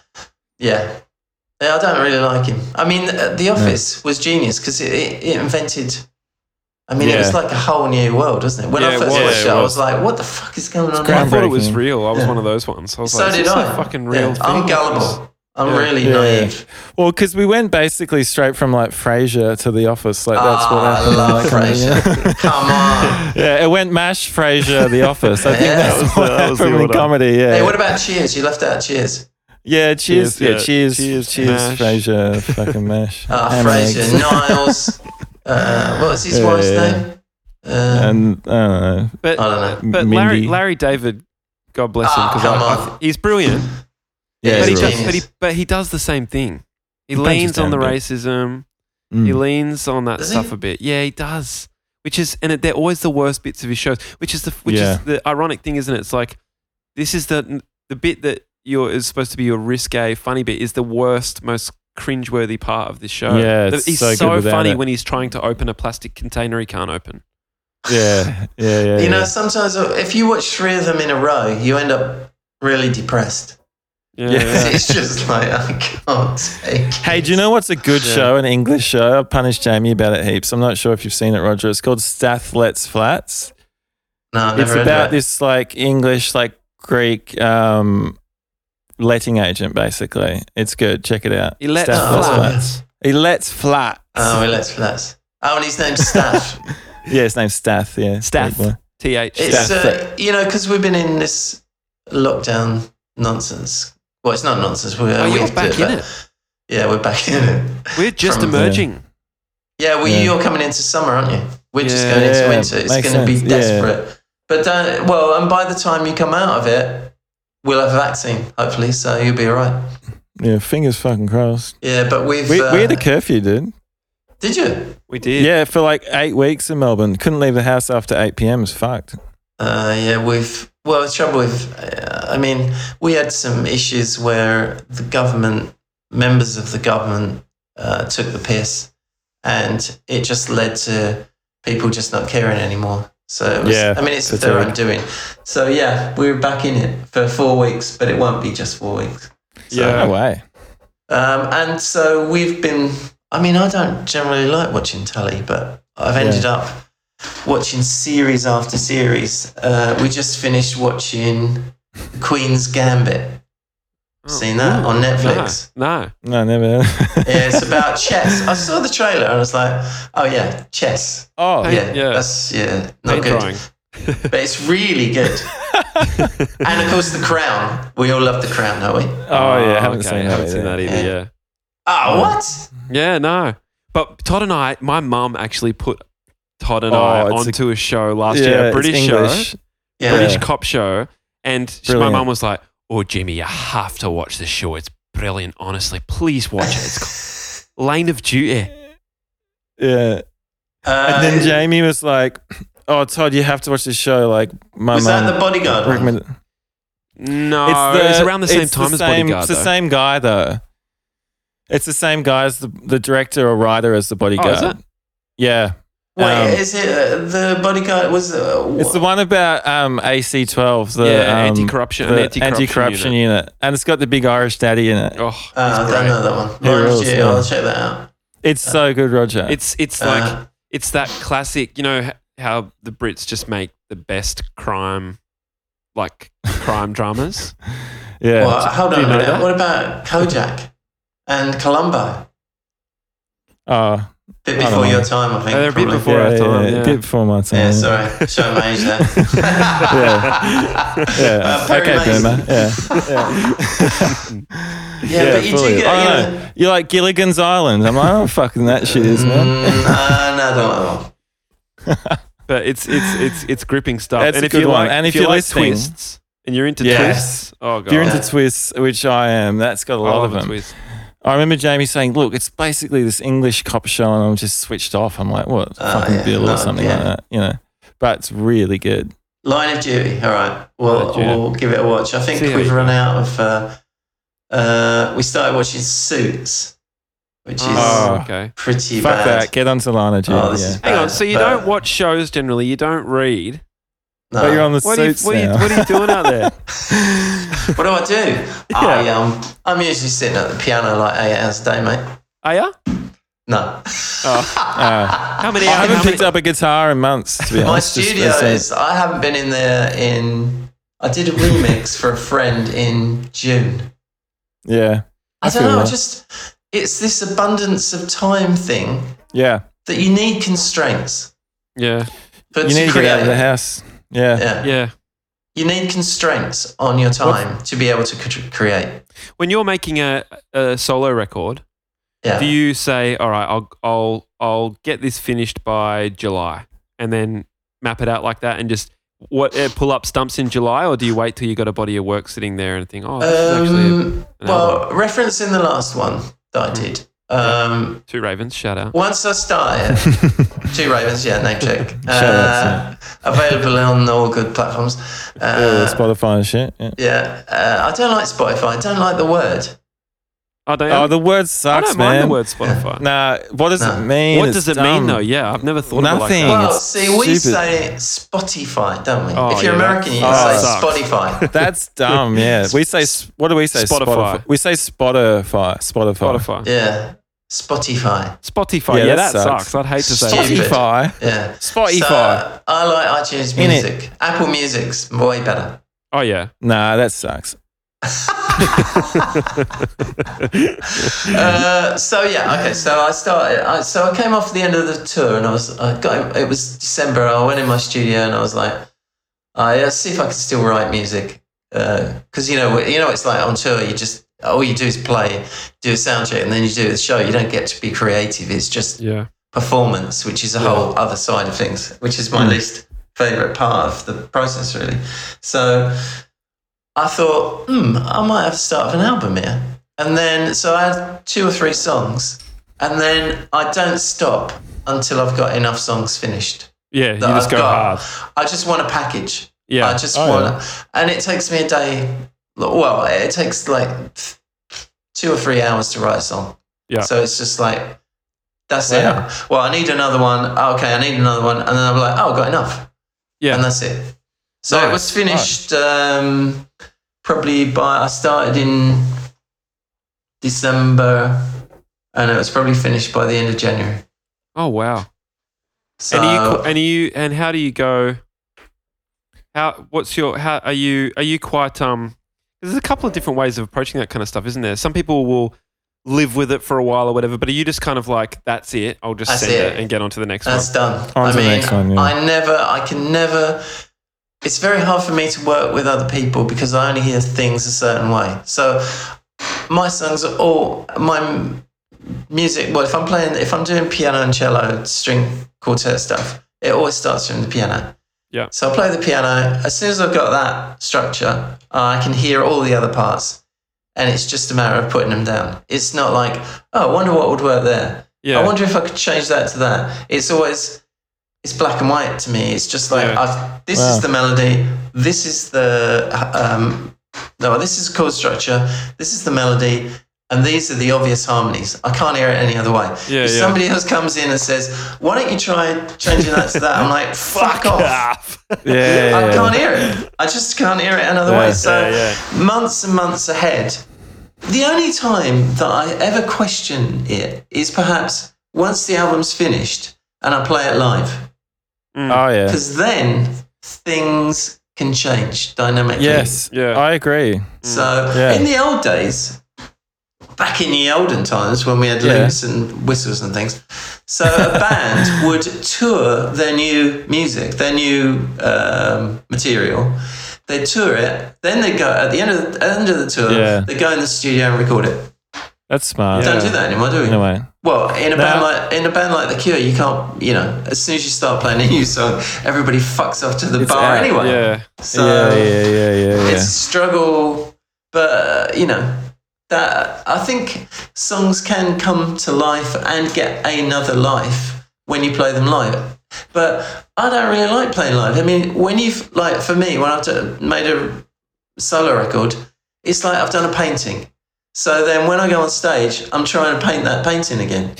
C: yeah. yeah, I don't really like him. I mean, uh, The Office was genius because it, it, it invented. I mean, it was
D: Yeah.
C: like a whole new world, wasn't it? When
A: Yeah,
C: I
A: it
C: first
A: was.
C: watched it,
A: Yeah, it
C: I
A: was.
C: was like, "What the fuck is going on?"
A: I
C: here?
D: groundbreaking.
A: thought it was real. I was
C: Yeah.
A: one of those ones. I was
C: So
A: like,
C: did
A: this is
C: I.
A: a fucking
C: Yeah,
A: real thing.
C: I'm gullible. I'm
A: Yeah.
C: really
D: Yeah.
C: naive.
D: Well, because we went basically straight from like Frasier to The Office. Like that's what
C: Ah,
D: happened.
C: I love
D: Like,
C: Frasier. Come on.
D: Yeah. yeah, it went Mash, Frasier, The Office. I think
C: Yeah.
D: that's
C: That
A: was the-
D: what
A: that was the
D: happened in
A: order.
D: comedy. Yeah.
C: Hey, what about Cheers? You left out Cheers.
D: yeah. Cheers.
A: Cheers,
D: Yeah.
A: yeah. Cheers,
D: Cheers. Cheers.
A: Mash.
D: Cheers. Frasier. Fucking Mash.
C: Ah,
D: Ham and eggs.
C: Frasier, Niles. Uh, what was his
D: Yeah,
C: wife's
D: yeah.
C: name? Uh,
D: And I don't know.
A: But
C: I don't know.
A: But Larry,
D: Mindy.
A: Larry David, God bless him,
C: Ah,
A: because
C: come
A: I, I
C: on.
A: th- he's brilliant.
C: Yeah,
A: but, he
C: he's
A: does,
C: brilliant.
A: but, he, but he does the same thing. He,
D: punches
A: leans on the
D: down a bit.
A: racism.
D: Mm.
A: He leans on that
C: Does
A: stuff
C: he?
A: a bit. Yeah, he does. Which is, and it, they're always the worst bits of his shows. Which is the which
D: Yeah.
A: is the ironic thing, isn't it? It's like this is the the bit that you're is supposed to be your risque funny bit is the worst, most cringeworthy part of this show.
D: Yeah,
A: The-
D: it's
A: he's
D: so
A: so,
D: good without
A: funny
D: it.
A: when he's trying to open a plastic container he can't open.
D: Yeah, yeah, yeah.
C: you know,
D: yeah.
C: sometimes if you watch three of them in a row, you end up really depressed.
D: Yeah.
C: It's just like I can't take.
D: Hey, do you know what's a good
A: Yeah.
D: show, an English show? I punished Jamie about it heaps. I'm not sure if you've seen it, Roger. It's called Stathlet's Flats.
C: No, I've
D: It's
C: never heard
D: about
C: of it.
D: this like English, like Greek um, letting agent, basically. It's good. Check it out.
A: He lets
D: Stathlet's
C: flat.
D: Flats. He lets flat.
C: Oh, well, let's relax. Oh, and his name's Staff.
D: yeah, his name's Stath. Yeah,
A: Stath.
D: Greek boy.
A: T H.
C: It's
D: Staff.
C: uh, you know because we've been in this lockdown nonsense. Well, it's not nonsense. We're,
A: Oh,
C: we
A: you're
C: have to
A: back
C: do
A: in
C: but-
A: it.
C: Yeah, we're back in it.
A: We're just
C: From-
A: emerging.
C: Yeah, well,
D: Yeah.
C: you're coming into summer, aren't you? We're just
A: Yeah.
C: going into
D: Yeah,
C: winter. It's
D: makes
C: going to be
D: sense. Yeah.
C: desperate. But don't, well, and by the time you come out of it, we'll have a vaccine, hopefully, so you'll be all right.
D: Yeah, fingers fucking crossed.
C: Yeah, but we've.
D: We,
C: uh,
D: we had a curfew, dude.
C: did you?
A: We did.
D: Yeah, for like eight weeks in Melbourne. Couldn't leave the house after 8 p.m. It was fucked.
C: Uh, yeah, we've. Well, the trouble with. Uh, I mean, we had some issues where the government, members of the government, uh, took the piss, and it just led to people just not caring anymore. So it was,
D: Yeah,
C: I mean, it's
D: that's
C: their
D: right.
C: own doing. So yeah, we were back in it for four weeks, but it won't be just four weeks. So,
A: Yeah.
D: No way.
C: Um, and so we've been. I mean, I don't generally like watching telly, but I've ended up watching series after series. Uh, we just finished watching Queen's Gambit.
A: Oh.
C: Seen that on Netflix?
A: No. no.
D: No, never.
C: Yeah, it's about chess. I saw the trailer and I was like, "Oh yeah, chess.
D: Oh,
A: Hey,
C: Yeah,
A: yeah.
C: that's yeah,
A: Paint
C: not good,
A: drawing.
C: but it's really good." and of course, The Crown. We all love The Crown, don't we?
D: Oh yeah, haven't
A: okay,
D: seen that.
A: haven't seen
D: either.
A: that either.
C: Yeah.
A: Yeah.
C: Oh, what?
A: Yeah. No. But Todd and I, my mum actually put Todd and
D: Oh,
A: I
D: it's a-
A: onto a, show last
D: Yeah,
A: year, a
D: it's
A: British show,
D: English.
C: Yeah.
A: British cop show, and she, my
D: Brilliant.
A: mum was like, "Oh, Jimmy, you have to watch this show. It's brilliant. Honestly, please watch it. It's called Line of Duty."
D: Yeah.
C: Uh,
D: And then Jamie was like, "Oh, Todd, you have to watch this show." Like my
C: was that the
D: mum
C: bodyguard? one?
D: recommended.
A: No, Oh, it's, around the same
D: it's
A: time as
D: same-
A: Bodyguard.
D: It's the
A: though.
D: same guy though. It's the same guy as the, the director or writer as the bodyguard.
A: Oh, is it?
D: Yeah.
C: Wait,
D: Um,
C: is it uh, the bodyguard? Was uh,
D: it's the one about um, AC12, the
A: yeah,
D: um,
A: anti-corruption,
D: the
A: an anti-corruption,
D: anti-corruption
A: unit.
D: unit. and it's got the big Irish daddy in it.
A: Oh,
C: Uh, I
A: it's
C: don't
A: great.
C: know that one.
D: Yeah,
C: Orange
D: rules,
C: Juice,
D: yeah.
C: I'll check that out.
D: It's so good, Roger.
A: It's it's
C: Uh,
A: like it's that classic. You know h- how the Brits just make the best crime, like crime dramas.
D: yeah,
C: well, hold
A: do
C: on
A: you
C: a
A: know
C: minute.
A: that?
C: What about Kojak and Columbo?
D: oh,
C: Bit
D: I don't
C: before
D: know.
C: your time, I think.
A: Oh, they're a bit
C: probably.
A: before
D: yeah,
A: our
D: yeah,
A: time,
D: yeah,
A: yeah.
D: a bit before my time.
C: Yeah, sorry. Show my age there.
D: Yeah. Yeah,
C: Uh, Perry
D: okay,
C: Mason.
D: Boomer. Yeah, yeah.
C: Yeah, but you
D: fully. Oh,
C: do get.
D: I
C: you
D: don't
C: know,
D: know. You're like Gilligan's Island. I'm like, oh, fucking that shit is man.
C: Mm, uh, no, I don't like that one.
A: But it's it's it's it's gripping stuff.
D: That's
A: and
D: a
A: if
D: good
A: you
D: one.
A: like,
D: And
A: if,
D: if
A: you
D: you're
A: like
D: listening-
A: twists and you're into
D: Yes.
A: twists, oh god,
D: If you're into
C: Yeah.
D: twists, which I am, that's got a
A: I
D: lot
A: love
D: of
A: a
D: them.
A: twist.
D: I remember Jamie saying, "Look, it's basically this English cop show," and I'm just switched off. I'm like, "What?
C: Oh,
D: fucking
C: yeah.
D: Bill
C: No,
D: or something
C: yeah.
D: like that," you know. But it's really good.
C: Line of Duty. All right.
A: Line
C: We'll,
A: of Duty.
C: we'll give it a watch. I think
A: See how
C: we've
A: you
C: run out of. Uh, uh, we started watching Suits, which is
A: Oh, okay.
C: pretty
D: Ah. Fuck
C: bad.
D: that. Get onto Lana G.
C: Oh, this
D: yeah.
C: is
A: Hang on.
C: bad,
A: So you
C: but-
A: don't watch shows generally. You don't read.
C: No.
D: but you're on the
A: What are, you,
D: suits
A: what, are you,
D: now.
A: what are you doing out there?
C: What do I do? I um, I'm usually sitting at the piano like eight hours a day, mate.
A: Are ya?
C: No,
D: Uh,
A: How many?
D: I
A: how
D: haven't
A: many-
D: picked up a guitar in months. To be
C: my
D: honest, Just-
C: studio
D: it's a-
C: is. I haven't been in there in. I did a remix for a friend in June.
D: Yeah,
C: I don't
D: feel
C: know. I
D: that.
C: just it's this abundance of time thing
D: yeah.
C: that you need constraints.
A: Yeah,
C: But
D: you
C: to
D: need to
C: create,
D: get out of the house. Yeah.
C: Yeah.
A: yeah.
C: you need constraints on your time to be able to cr- create.
A: When you're making a, a solo record,
C: Yeah.
A: do you say, "All right, I'll I'll I'll get this finished by July," and then map it out like that, and just what uh, pull up stumps in July, or do you wait till you got a body of work sitting there and think, "Oh, this is actually
C: um,
A: an
C: well,
A: album."
C: referencing the last one that
A: Hmm.
C: I did. Um,
A: Two Ravens"? Shout out.
C: Once I started, Two Ravens, yeah, name check. Uh,
D: Shout
C: available on all good platforms.
D: Yeah,
C: Uh,
D: Spotify and shit. Yeah.
C: yeah, uh, I don't like Spotify. I don't like the word.
A: I don't.
D: Oh, the
A: I
D: word sucks,
A: don't mind
D: man.
A: the word Spotify.
D: Nah, what does
C: Nah.
D: it mean?
A: What
D: It's
A: does it
D: dumb.
A: mean though? Yeah, I've never thought
D: Nothing.
A: of it like that.
C: Well,
D: it's
C: see, we
D: stupid.
C: say Spotify, don't we?
A: Oh,
C: if you're
A: yeah,
C: American, you
D: that
C: say
A: sucks.
C: Spotify.
D: That's dumb. Yeah, we say s- what do we say?
A: Spotify.
D: We say Spotify. Spotify.
A: Spotify.
C: yeah, Spotify.
A: Spotify. Yeah,
D: Yeah,
A: that,
D: that
A: sucks.
D: sucks.
A: I'd hate to say.
C: Stupid.
A: it.
D: Spotify.
C: Yeah.
D: Spotify.
C: So, I like iTunes
D: E In it.
C: Music. Apple Music's way better.
A: Oh yeah.
D: Nah, that sucks.
C: Uh, so yeah, okay. So I started. I, so I came off the end of the tour, and I was. I got. It was December. I went in my studio, and I was like, I uh, see if I can still write music, because you know, you know, what it's like on tour. You just all you do is play, do a sound check, and then you do the show. You don't get to be creative. It's just
A: Yeah.
C: performance, which is a whole other side of things, which is
A: Hmm.
C: my least favorite part of the process, really. So I thought, hmm, I might have to start an album here. And then, so I had two or three songs, and then I don't stop until I've got enough songs finished.
A: Yeah. You
C: that
A: just
C: I've
A: go
C: got.
A: hard.
C: I just want a package.
A: Yeah.
C: I just
D: Oh,
C: want,
D: yeah.
C: and it takes me a day. Well, it takes like th- two or three hours to write a song.
A: Yeah.
C: So it's just like, that's
D: Wow.
C: it. Well, I need another one. Oh, okay, I need another one, and then I'm like, oh, I've got enough.
A: Yeah.
C: And that's it. So it
A: Nice.
C: was finished um, probably by I started in December, and it was probably finished by the end of January.
A: oh wow.
C: So
A: and are you qu- and are you and how do you go? How what's your how are you are you quite um? There's a couple of different ways of approaching that kind of stuff, isn't there? Some people will live with it for a while or whatever, but are you just kind of like that's it? I'll just
C: That's
A: send it.
C: it.
A: and get on to the next
C: That's
A: one.
C: done.
D: On
C: I
D: to the
C: mean,
D: next one, yeah.
C: I never, I can never. It's very hard for me to work with other people because I only hear things a certain way. So my songs are all my m- music. Well, if I'm playing, if I'm doing piano and cello, string quartet stuff, it always starts from the piano.
A: Yeah.
C: So I play the piano. As soon as I've got that structure, uh, I can hear all the other parts, and it's just a matter of putting them down. It's not like, oh, I wonder what would work there.
A: Yeah.
C: I wonder if I could change that to that. It's always it's black and white to me. It's just like
A: Yeah.
C: I've, this
D: Wow.
C: is the melody, this is the um, No, this is chord structure. This is the melody. And these are the obvious harmonies. I can't hear it any other way.
A: Yeah,
C: if
A: yeah.
C: somebody else comes in and says, "Why don't you try changing that to that?" I'm like, "Fuck off!
D: Yeah, yeah,
C: I
D: yeah.
C: can't hear it. I just can't hear it another way."
D: Yeah,
C: So months and months ahead. The only time that I ever question it is perhaps once the album's finished and I play it live,
D: Oh yeah.
C: because then things can change dynamically.
D: Yes.
A: Yeah.
D: I agree.
C: So
D: Yeah.
C: in the old days, back in the olden times when we had
D: Yeah.
C: loops and whistles and things, so a band would tour their new music, their new um, material. They'd tour it, then they'd go at the end of the, end of the tour,
D: Yeah.
C: they'd go in the studio and record it.
D: That's smart.
C: Don't do that anymore, do we?
D: Anyway.
C: Well, in a band
D: No.
C: like in a band like The Cure, you can't, you know, as soon as you start playing a new song, everybody fucks off to the
D: It's
C: bar
D: out,
C: anyway.
A: Yeah.
C: So
D: yeah, yeah, yeah, yeah, yeah.
C: it's a struggle but uh, you know that i think songs can come to life and get another life when you play them live but i don't really like playing live i mean when you've like for me when i've d- made a solo record it's like i've done a painting so then when i go on stage i'm trying to paint that painting again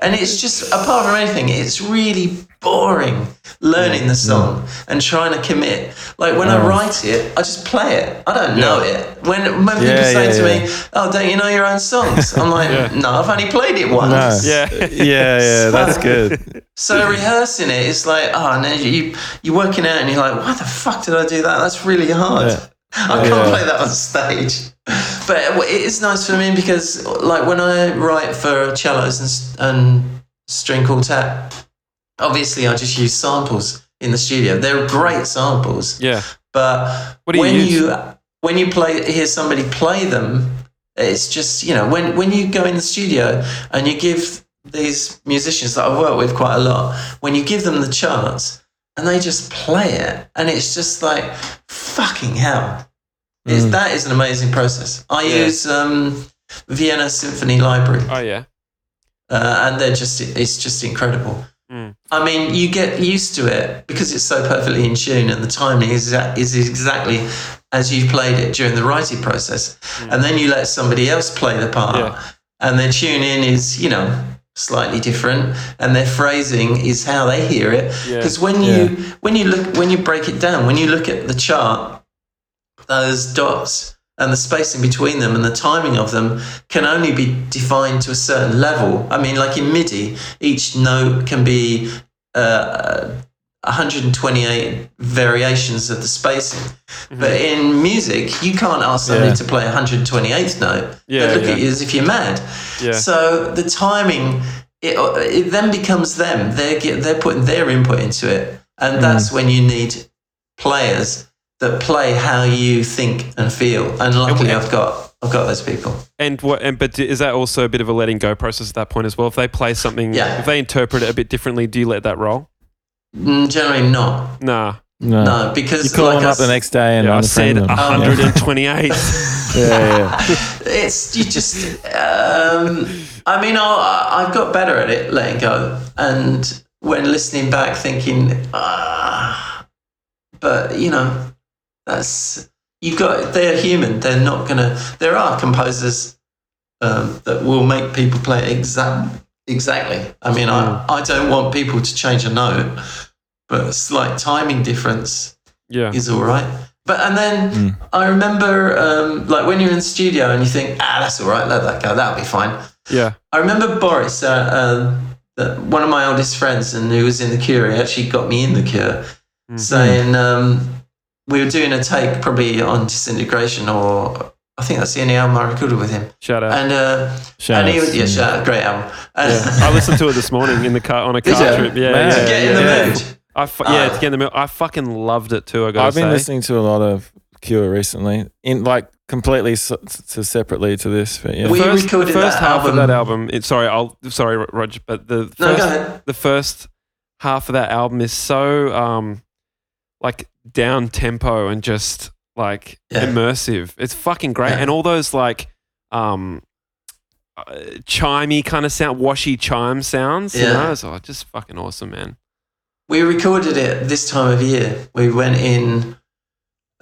C: and it's just apart from anything it's really boring learning the song and trying to commit like when i write it i just play it i don't know it when, when people
D: Yeah,
C: say
D: yeah,
C: to me oh don't you know your own songs i'm like no i've only played it once
D: No.
A: Yeah.
D: yeah, yeah, that's good.
C: so rehearsing it it's like oh no you, you're working out and you're like why the fuck did i do that that's really hard
D: Yeah.
C: I can't
D: Yeah.
C: play that on stage. But it is nice for me because, like, when I write for cellos and, s- and string quartet, obviously I just use samples in the studio. They're great samples,
A: Yeah.
C: but
A: What do you
C: when
A: use?
C: you when you play hear somebody play them, it's just you know when when you go in the studio and you give these musicians that I've worked with quite a lot, when you give them the charts and they just play it, and it's just like fucking hell. It's, That is an amazing process. I
A: Mm. Yeah.
C: use um, Vienna Symphony Library
A: Oh yeah.
C: uh, and they're just it's just incredible.
A: Mm.
C: I mean, you get used to it because it's so perfectly in tune, and the timing is exa- is exactly as you played it during the writing process, and then you let somebody else play the part,
A: Hmm. Yeah.
C: and their tuning is you know slightly different, and their phrasing is how they hear it.
A: Yeah.
C: Because when you when you look when you break it down, when you look at the chart, those dots and the spacing between them and the timing of them can only be defined to a certain level. I mean, like in MIDI, each note can be uh, 128 variations of the spacing.
A: Mm-hmm.
C: But in music, you can't ask somebody
D: Yeah.
C: to play a 128th note.
A: Yeah,
C: they look
A: yeah.
C: at you as if you're mad.
A: Yeah.
C: So the timing, it, it then becomes them. They're, get, they're putting their input into it.
D: Hmm.
C: And that's when you need players that play how you think and feel. And luckily, I've got I've got those people.
A: And what? And but is that also a bit of a letting go process at that point as well? If they play something,
C: Yeah.
A: if they interpret it a bit differently, do you let that roll?
C: Mm, Generally, not
A: Nah.
D: No.
C: no
D: You
C: because
D: call
C: like
D: them
C: I
D: up the
C: s-
D: next day and
A: Yeah, I
D: unfriend
A: said
C: Um,
A: uh,
D: them.
A: 128.
D: Yeah, yeah,
C: it's you just. Um, I mean, I, I've got better at it, letting go, and when listening back, thinking, ah, but you know, that's you've got. They're human. They're not gonna. There are composers um, that will make people play exact exactly. I mean, I, I don't want people to change a note, but a slight timing difference
A: yeah.
C: is all right. But and then
A: Hmm.
C: I remember, um, like when you're in the studio and you think, ah, that's all right, let that go, that'll be fine.
A: Yeah.
C: I remember Boris, uh, uh, the, one of my oldest friends, and who was in the Cure. He actually got me in the Cure,
A: Hmm.
C: saying um, we were doing a take probably on Disintegration, or I think that's the only album I recorded with him.
A: Shout out.
C: And uh,
D: Shout
C: and he
D: outs.
C: was yeah, shout out, great album. And
A: Yeah. I listened to it this morning in the car on a car
C: ya? Ah.
A: trip. Yeah,
D: Man.
A: yeah.
D: To
C: get in the
A: yeah.
C: mood.
A: I fu- yeah, to get in the mood. I fucking loved it too. I gotta
D: I've been
A: say.
D: listening to a lot of Cure recently, in like completely s to separately to this, but yeah.
C: We
A: first,
C: recorded
A: the first
C: that
A: half
C: album-
A: of that album. It, sorry, I'll sorry, Ro- Roger, but the first,
C: No, go ahead.
A: the first half of that album is so um like down tempo and just like
C: Yeah.
A: immersive. It's fucking great,
C: Yeah.
A: and all those like um uh, chimey kind of sound, washy chime sounds. You
C: Yeah.
A: know, it's like just fucking awesome, man.
C: We recorded it this time of year. We went in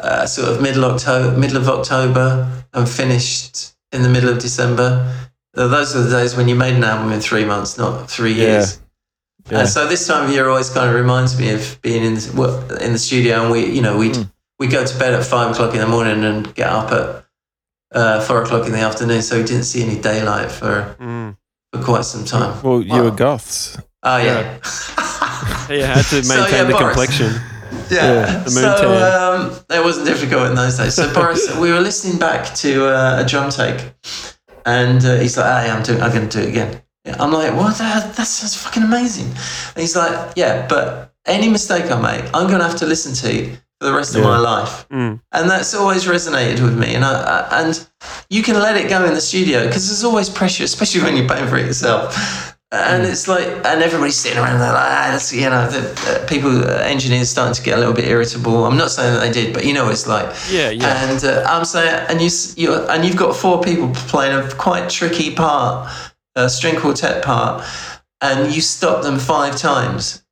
C: uh, sort of middle October, middle of October, and finished in the middle of December. Uh, Those were the days when you made an album in three months, not three
D: Yeah.
C: years.
D: Yeah.
C: And so this time of year always kind of reminds me of being in the, well, in the studio, and we, you know,
D: Hmm.
C: we'd we go to bed at five o'clock in the morning and get up at uh, four o'clock in the afternoon. So we didn't see any daylight for,
D: Hmm.
A: Mm.
C: for quite some time.
D: Well, you
C: Wow.
D: were
A: uh,
D: goths.
C: Oh
A: Yeah.
C: yeah,
A: He had to maintain
C: So, yeah,
A: the
C: Boris.
A: complexion.
D: Yeah,
C: yeah.
A: the moon
C: so
A: tan.
C: um, it wasn't difficult in those days. So Boris, we were listening back to uh, a drum take, and uh, he's like, "Hey, I'm doing. I'm going to do it again." Yeah, I'm like, "What? The hell? That sounds fucking amazing." And he's like, "Yeah, but any mistake I make, I'm going to have to listen to." For the rest of
D: Yeah.
C: my life,
A: Mm.
C: and that's always resonated with me. And I, I, and you can let it go in the studio because there's always pressure, especially when you're paying for it yourself.
A: Mm.
C: And it's like, and everybody's sitting around there like, ah, that's, you know, the, uh, people, uh, engineers starting to get a little bit irritable. I'm not saying that they did, but you know what it's like.
A: Yeah, yeah.
C: And uh, I'm saying, and you, s- you, and you've got four people playing a quite tricky part, a string quartet part, and you stop them five times,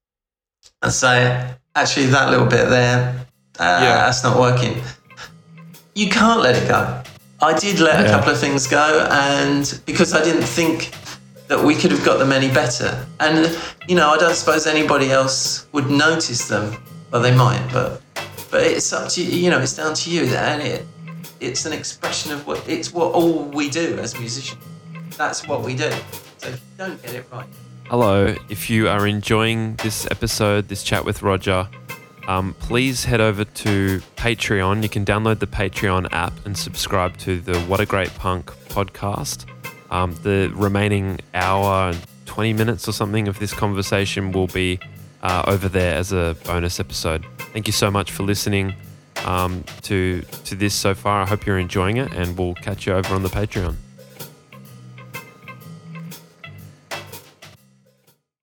C: and say, actually, that little bit there, uh,
A: Yeah.
C: that's not working. You can't let it go. I did let a
D: Yeah.
C: couple of things go, and because I didn't think that we could have got them any better, and you know, I don't suppose anybody else would notice them. Well, they might, but but it's up to you. You know, it's down to you, and it it's an expression of what it's what all we do as musicians. That's what we do. So if you don't get it right,
A: Hello. If you are enjoying this episode, this chat with Roger, um, please head over to Patreon. You can download the Patreon app and subscribe to the What a Great Punk podcast. Um, the remaining hour and 20 minutes or something of this conversation will be uh, over there as a bonus episode. Thank you so much for listening um, to, to this so far. I hope you're enjoying it, and we'll catch you over on the Patreon.